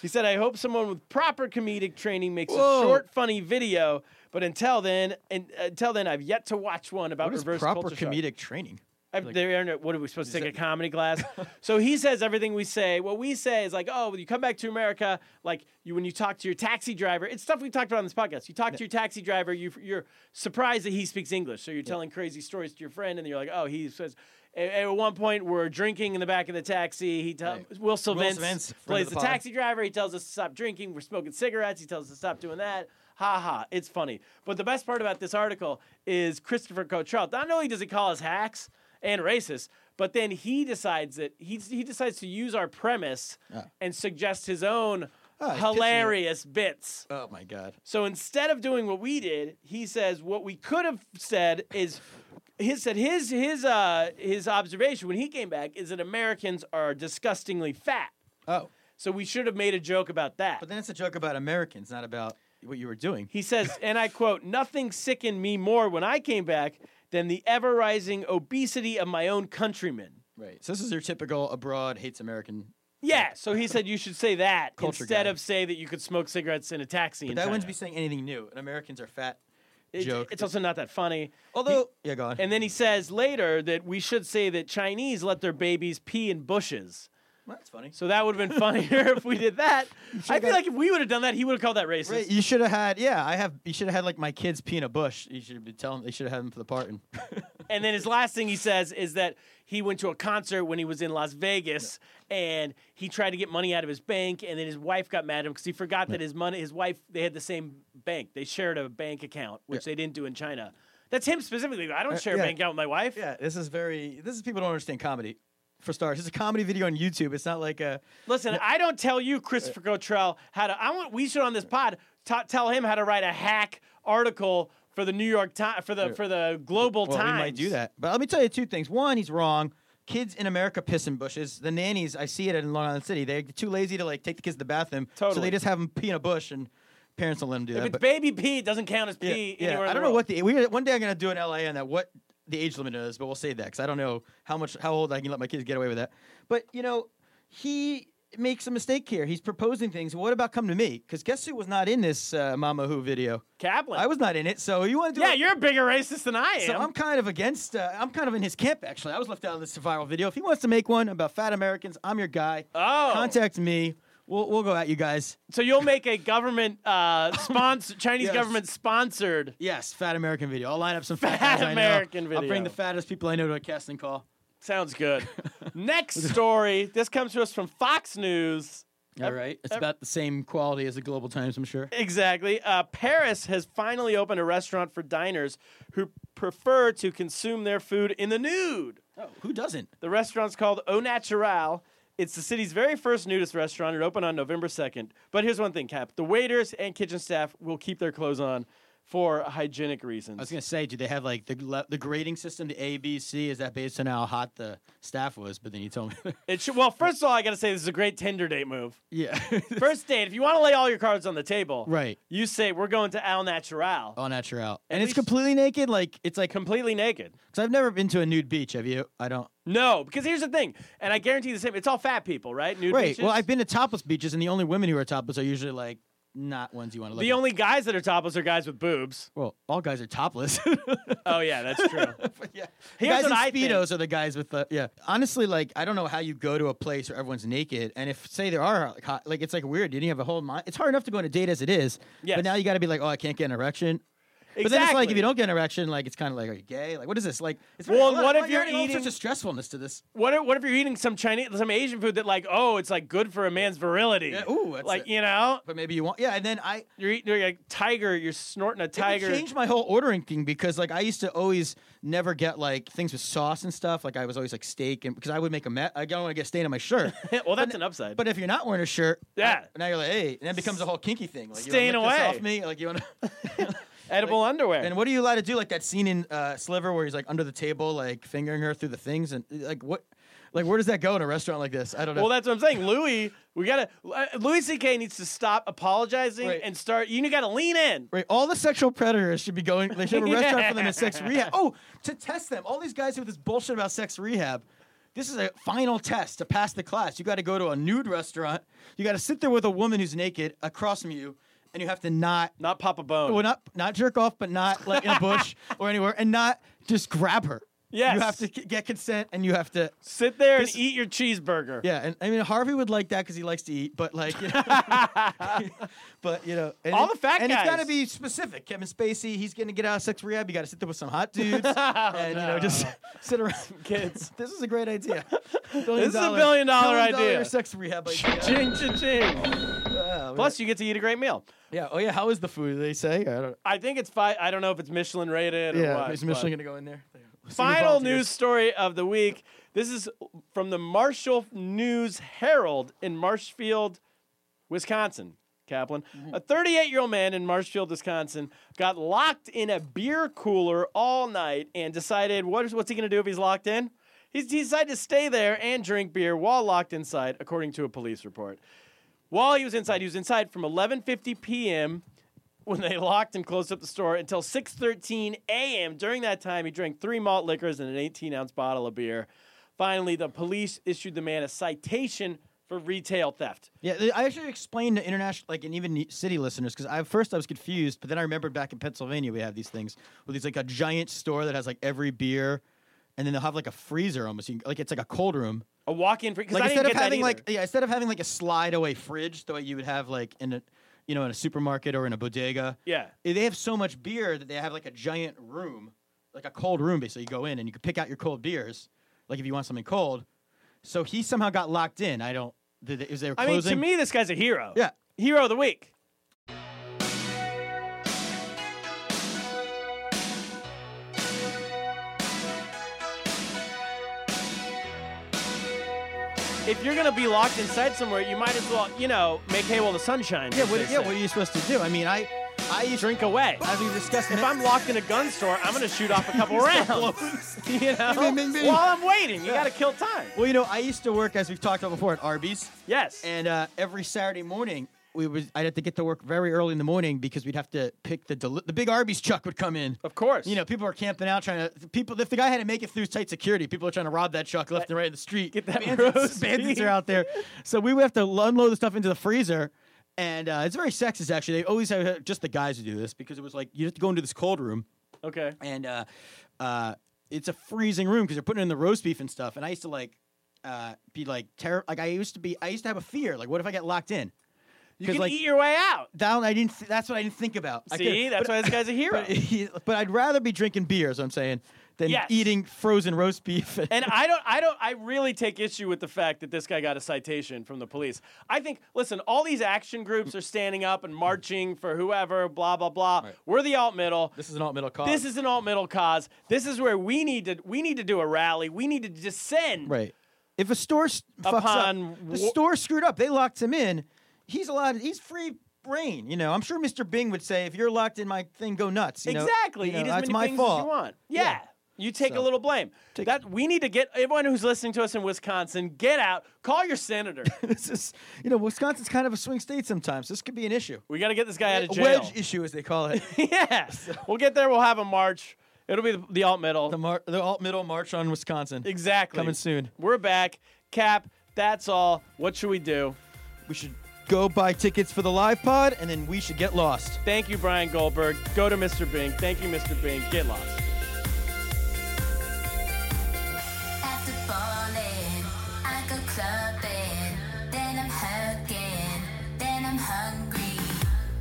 Speaker 1: he said, I hope someone with proper comedic training makes
Speaker 2: Whoa.
Speaker 1: a short, funny video. But until then, and uh, until then, I've yet to watch one about
Speaker 2: What is
Speaker 1: reverse
Speaker 2: proper
Speaker 1: culture shock.
Speaker 2: comedic training?
Speaker 1: I, they aren't- what are we supposed to take a comedy class? so he says everything we say. What we say is like, oh, when you come back to America, like you when you talk to your taxi driver, it's stuff we talked about on this podcast. You talk to your taxi driver, you, you're surprised that he speaks English, so you're telling crazy stories to your friend, and you're like, oh, he says. At at one point, we're drinking in the back of the taxi. He tells
Speaker 2: Right.
Speaker 1: Will Sylvans
Speaker 2: Sylvans, friend of
Speaker 1: plays
Speaker 2: the
Speaker 1: the,
Speaker 2: pod.
Speaker 1: taxi driver. He tells us to stop drinking. We're smoking cigarettes. He tells us to stop doing that. Ha ha! It's funny. But the best part about this article is Christopher Cottrell. Not only does he call us hacks and racists, but then he decides that he he decides to use our premise and suggest his own
Speaker 2: he's pitching it.
Speaker 1: hilarious bits.
Speaker 2: Oh my god.
Speaker 1: So instead of doing what we did, he says what we could have said is he said his his uh his observation when he came back is that Americans are disgustingly fat.
Speaker 2: Oh,
Speaker 1: So we should have made a joke about that.
Speaker 2: but then it's a joke about Americans, not about what you were doing.
Speaker 1: he says, and I quote, nothing sickened me more when I came back than the ever rising obesity of my own countrymen.
Speaker 2: Right. So this is your typical abroad hates American.
Speaker 1: Yeah, so he said you should say that
Speaker 2: Culture
Speaker 1: instead
Speaker 2: guy.
Speaker 1: of say that you could smoke cigarettes in a taxi. in
Speaker 2: But that wouldn't
Speaker 1: China.
Speaker 2: be saying anything new. And Americans are fat.
Speaker 1: It-
Speaker 2: joke.
Speaker 1: It's also not that funny.
Speaker 2: Although, yeah, go on.
Speaker 1: And then he says later that we should say that Chinese let their babies pee in bushes.
Speaker 2: Well, that's funny.
Speaker 1: So that would have been funnier if we did that. I feel like if we would have done that, he would have called that racist.
Speaker 2: Right, you should have had. Yeah, I have. You should have had like my kids pee in a bush. You should be telling. They should have had them for the parting.
Speaker 1: And then his last thing he says is that he went to a concert when he was in Las Vegas and he tried to get money out of his bank and then his wife got mad at him because he forgot that his money his wife they had the same bank. They shared a bank account, which they didn't do in China. That's him specifically. I don't
Speaker 2: Uh,
Speaker 1: share a
Speaker 2: yeah.
Speaker 1: bank account with my wife.
Speaker 2: Yeah, this is very. This is people don't understand comedy. For starters, it's a comedy video on YouTube. It's not like a.
Speaker 1: Listen, I don't tell you, Christopher Cottrell, how to. I want we should on this pod t- tell him how to write a hack article for the New York Times for the for the Global
Speaker 2: Well,
Speaker 1: Times.
Speaker 2: we might do that. But let me tell you two things. One, he's wrong. Kids in America piss in bushes. The nannies, I see it in Long Island City. They're too lazy to like take the kids to the bathroom, so
Speaker 1: Totally.
Speaker 2: they just have them pee in a bush, and parents don't let them do
Speaker 1: If
Speaker 2: that.
Speaker 1: it's
Speaker 2: but-
Speaker 1: baby pee, it doesn't count as
Speaker 2: Yeah,
Speaker 1: pee
Speaker 2: yeah.
Speaker 1: anywhere. in
Speaker 2: I
Speaker 1: the
Speaker 2: don't know what
Speaker 1: world.
Speaker 2: the we one day I'm gonna do an LA on that what the age limit is, but we'll say that because I don't know how much how old I can let my kids get away with that. But you know, he makes a mistake here. He's proposing things. What about come to me? Because guess who was not in this uh, Mama Who video?
Speaker 1: Kaplan.
Speaker 2: I was not in it. So you want to do?
Speaker 1: yeah,
Speaker 2: it-
Speaker 1: you're a bigger racist than I am.
Speaker 2: So I'm kind of against. Uh, I'm kind of in his camp actually. I was left out of this viral video. If he wants to make one about fat Americans, I'm your guy.
Speaker 1: Oh.
Speaker 2: Contact me. We'll we'll go at you guys.
Speaker 1: so you'll make a government uh, sponsor, Chinese
Speaker 2: Yes.
Speaker 1: government sponsored.
Speaker 2: Yes, fat American video. I'll line up some fat,
Speaker 1: Fat
Speaker 2: guys I know.
Speaker 1: American
Speaker 2: I'll bring
Speaker 1: video.
Speaker 2: the fattest people I know to a casting call.
Speaker 1: Sounds good. Next story. This comes to us from Fox News.
Speaker 2: All right. It's about the same quality as the Global Times, I'm sure.
Speaker 1: Exactly. Uh, Paris has finally opened a restaurant for diners who prefer to consume their food in the nude.
Speaker 2: Oh, Who doesn't?
Speaker 1: The restaurant's called Au Natural. It's the city's very first nudist restaurant. It opened on November 2nd. But here's one thing, Cap. The waiters and kitchen staff will keep their clothes on for hygienic reasons.
Speaker 2: I was going to say, do they have like the le- the grading system, the A, B, C? Is that based on how hot the staff was? But then you told me.
Speaker 1: It should, well, first of all, I got to say this is a great Tinder date move.
Speaker 2: yeah.
Speaker 1: First date, if you want to lay all your cards on the table,
Speaker 2: Right. Oh.
Speaker 1: You say we're going to Al Natural,
Speaker 2: All natural. And it's
Speaker 1: least-
Speaker 2: completely naked? Like, it's like, because
Speaker 1: completely naked.
Speaker 2: I've never been to a nude beach, have you? I don't.
Speaker 1: No, because here's the thing, and I guarantee the same. It's all fat people, right? Nude
Speaker 2: Right.
Speaker 1: beaches?
Speaker 2: Well, I've been to topless beaches, and the only women who are topless are usually like not ones you want to look
Speaker 1: The
Speaker 2: at.
Speaker 1: only guys that are topless are guys with boobs.
Speaker 2: Well, all guys are topless.
Speaker 1: Oh yeah, that's true.
Speaker 2: yeah.
Speaker 1: Here's
Speaker 2: guys
Speaker 1: what
Speaker 2: in
Speaker 1: I think.
Speaker 2: speedos are the guys with the yeah. Honestly, like I don't know how you go to a place where everyone's naked, and if say there are like, hot, like it's like weird. You didn't have a whole mind. It's hard enough to go on a date as it is.
Speaker 1: Yes.
Speaker 2: But now you got to be like, oh, I can't get an erection. But then it's like if you don't get an erection, like it's kind of like, are you gay? Like what is this? Like it's
Speaker 1: Well,
Speaker 2: very-
Speaker 1: and what
Speaker 2: why
Speaker 1: if
Speaker 2: are
Speaker 1: you're
Speaker 2: adding all
Speaker 1: eating-
Speaker 2: such a stressfulness to this?
Speaker 1: What if, what if you're eating some Chinese, some Asian food that like, oh, it's like good for a man's virility.
Speaker 2: Yeah, ooh, that's it.
Speaker 1: like you know,
Speaker 2: But maybe you want yeah. And then I
Speaker 1: you're eating you're like tiger. You're snorting a tiger.
Speaker 2: changed my whole ordering thing because like I used to always never get like things with sauce and stuff. Like I was always like steak and because I would make a mess. I don't want to get stain on my shirt.
Speaker 1: well, that's an upside.
Speaker 2: But if you're not wearing a shirt,
Speaker 1: Yeah.
Speaker 2: I- now you're like, hey, and that becomes a whole kinky thing. Like, you wanna
Speaker 1: Staying
Speaker 2: lick this
Speaker 1: away.
Speaker 2: off me, like you want.
Speaker 1: edible underwear.
Speaker 2: and what are you allowed to do? Like that scene in uh, Sliver where he's like under the table, like fingering her through the things, and like what, like where does that go in a restaurant like this? I don't know.
Speaker 1: Well, that's what I'm saying. Louis, we gotta. uh, Louis C.K. needs to stop apologizing
Speaker 2: Right.
Speaker 1: and start. You gotta lean in.
Speaker 2: Right, all the sexual predators should be going. They should have a
Speaker 1: Yeah.
Speaker 2: restaurant for them in sex rehab. Oh, to test them, all these guys with this bullshit about sex rehab. This is a final test to pass the class. You got to go to a nude restaurant. You got to sit there with a woman who's naked across from you, and you have to not
Speaker 1: Not pop a bone.
Speaker 2: Well, not not jerk off, but not like in a bush or anywhere, and not just grab her.
Speaker 1: Yes.
Speaker 2: you have to c- get consent, and you have to.
Speaker 1: Sit there
Speaker 2: This-
Speaker 1: and eat your cheeseburger.
Speaker 2: Yeah, and I mean Harvey would like that because he likes to eat, but like, you know, but you know, and
Speaker 1: All the fat
Speaker 2: and it's got to
Speaker 1: guys.
Speaker 2: be specific. Kevin Spacey, he's going to get out of sex rehab. You got to sit there with some hot dudes, and you know, just sit around.
Speaker 1: Oh, kids.
Speaker 2: this is a great idea. Billion
Speaker 1: is a billion dollar idea.
Speaker 2: Sex rehab idea.
Speaker 1: Ching, ching, ching.
Speaker 2: Oh,
Speaker 1: Plus, you get to eat a great meal.
Speaker 2: yeah. Oh yeah. How is the food? They say. I don't.
Speaker 1: I think it's five. I don't know if it's Michelin rated. or
Speaker 2: Yeah.
Speaker 1: what,
Speaker 2: Is
Speaker 1: but-
Speaker 2: Michelin going to go in there? See who
Speaker 1: Final
Speaker 2: volunteers.
Speaker 1: news story of the week. This is from the Marshall News Herald in Marshfield, Wisconsin. Kaplan, a 38 year old man in Marshfield, Wisconsin, got locked in a beer cooler all night and decided what is, what's he going to do if he's locked in? He's, he decided to stay there and drink beer while locked inside, according to a police report. While he was inside, he was inside from 11:50 p.m. when they locked and closed up the store until 6:13 a.m. During that time, he drank three malt liquors and an 18-ounce bottle of beer. Finally, the police issued the man a citation for retail theft.
Speaker 2: Yeah, th- I actually explained to international, like, and even city listeners, because I first I was confused, but then I remembered back in Pennsylvania we have these things where there's like a giant store that has like every beer, and then they'll have like a freezer almost, you can, like it's like a cold room.
Speaker 1: A walk-in because
Speaker 2: Like
Speaker 1: I
Speaker 2: instead
Speaker 1: didn't
Speaker 2: of
Speaker 1: get that
Speaker 2: having
Speaker 1: either.
Speaker 2: like yeah, instead of having like a slide away fridge the way you would have like in a, you know, in a supermarket or in a bodega. eh,
Speaker 1: Yeah.
Speaker 2: They have so much beer that they have like a giant room, like a cold room basically. You go in and you can pick out your cold beers, like if you want something cold. So he somehow got locked in. I don't. Did they, is there
Speaker 1: I
Speaker 2: closing?
Speaker 1: mean, to me, this guy's a hero.
Speaker 2: Yeah.
Speaker 1: Hero of the week. If you're gonna be locked inside somewhere, you might as well, you know, make hay while the sun shines.
Speaker 2: Yeah,
Speaker 1: as
Speaker 2: what,
Speaker 1: they
Speaker 2: yeah,
Speaker 1: say.
Speaker 2: what are you supposed to do? I mean, I, I
Speaker 1: drink away.
Speaker 2: As we discussed,
Speaker 1: If I'm locked in a gun store, I'm gonna shoot off a couple
Speaker 2: Stop
Speaker 1: rounds. you know,
Speaker 2: Bing, bing, bing.
Speaker 1: while I'm waiting, you
Speaker 2: Yeah.
Speaker 1: gotta kill time.
Speaker 2: well, you know, I used to work as we've talked about before at Arby's.
Speaker 1: Yes.
Speaker 2: And uh, every Saturday morning, we was I'd have to get to work very early in the morning because we'd have to pick the deli- the big Arby's truck would come in.
Speaker 1: Of course.
Speaker 2: You know, people are camping out trying to people. If the guy had to make it through tight security, people are trying to rob that truck left and right in the street. Get
Speaker 1: that roast
Speaker 2: bandits, bandits
Speaker 1: beef.
Speaker 2: are out there, so we would have to unload the stuff into the freezer. And uh, it's very sexist, actually. They always have just the guys who do this because it was like you have to go into this cold room.
Speaker 1: Okay.
Speaker 2: and uh, uh, it's a freezing room because they're putting in the roast beef and stuff. And I used to like uh, be like terror. Like I used to be. I used to have a fear. Like, what if I get locked in?
Speaker 1: You
Speaker 2: 'Cause,
Speaker 1: can
Speaker 2: like
Speaker 1: eat your way out.
Speaker 2: down, I didn't. Th- that's what I didn't think about. I
Speaker 1: See,
Speaker 2: could've-
Speaker 1: that's why this guy's a hero.
Speaker 2: But, but I'd rather be drinking beer, is what I'm saying, than
Speaker 1: Yes.
Speaker 2: eating frozen roast beef.
Speaker 1: And I don't, I don't, I really take issue with the fact that this guy got a citation from the police. I think, listen, all these action groups are standing up and marching for whoever, blah blah blah. We're the alt middle.
Speaker 2: this is an alt middle cause.
Speaker 1: This is an alt middle cause. This is where we need to, we need to do a rally. We need to descend.
Speaker 2: right. If a store s- fucks
Speaker 1: Upon
Speaker 2: up, the
Speaker 1: wa-
Speaker 2: store screwed up. They locked him in. He's allowed. He's free. Brain, you know. I'm sure Mr. Bing would say, "If you're locked in my thing, go nuts." You know,
Speaker 1: exactly.
Speaker 2: you know,
Speaker 1: Eat as
Speaker 2: that's
Speaker 1: many
Speaker 2: my
Speaker 1: things
Speaker 2: fault.
Speaker 1: as you want. Yeah.
Speaker 2: Yeah.
Speaker 1: You take a
Speaker 2: So-
Speaker 1: little blame.
Speaker 2: Take-
Speaker 1: that we need to get everyone who's listening to us in Wisconsin, get out, call your senator.
Speaker 2: this is you know Wisconsin's kind of a swing state sometimes. This could be an issue.
Speaker 1: we got to get this guy out of
Speaker 2: A
Speaker 1: jail.
Speaker 2: wedge issue, as they call it.
Speaker 1: yeah. We'll get there. We'll have a march. It'll be the, the alt middle.
Speaker 2: the, mar- the alt middle march on Wisconsin.
Speaker 1: exactly.
Speaker 2: Coming soon.
Speaker 1: We're back. Cap, that's all. What should we do?
Speaker 2: We should go buy tickets for the live pod, and then we should get lost.
Speaker 1: Thank you, Brian Goldberg. Go to Mr. Bing. Thank you, Mr. Bing. Get lost.
Speaker 8: After falling, I go clubbing. Then I'm hugging, then I'm hungry.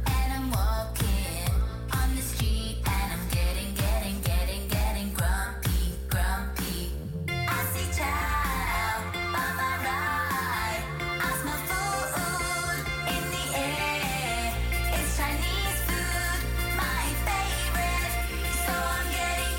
Speaker 8: And I'm walking on the street, and I'm getting, getting, getting, getting grumpy, grumpy. I see child on my right. I smell food in the air. It's Chinese food, my favorite. So I'm getting.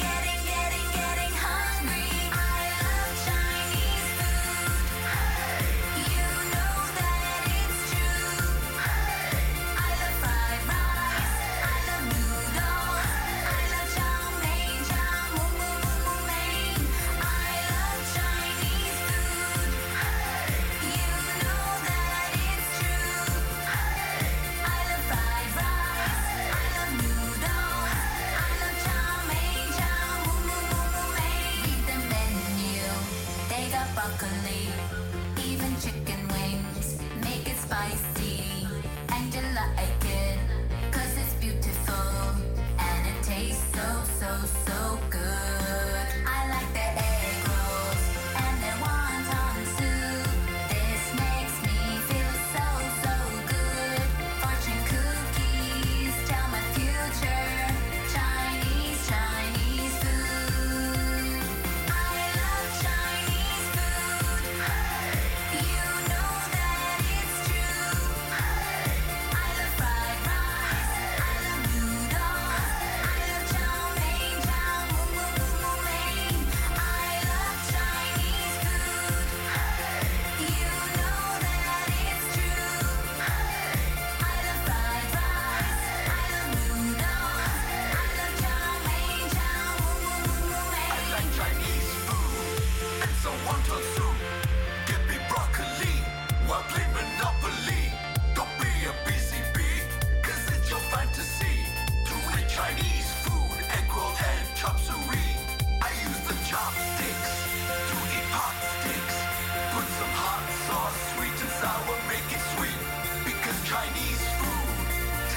Speaker 7: Chinese food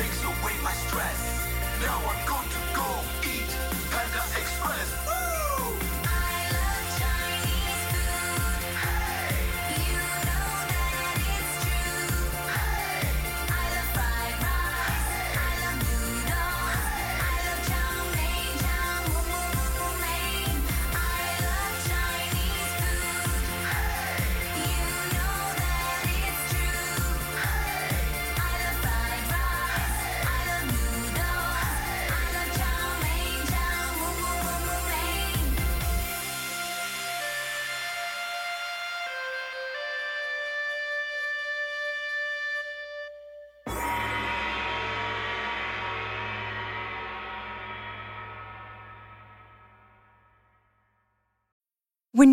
Speaker 7: takes away my stress. Now I'm going to go eat Panda Express. Woo! I love Chinese food. Hey! You know that it's true. Hey! I love fried rice. I love noodles. I love chow mein, chow mein. I love Chinese food. Hey! You know that it's true. Hey! I love fried rice. I love noodles. I love chow mein, chow mein.
Speaker 9: When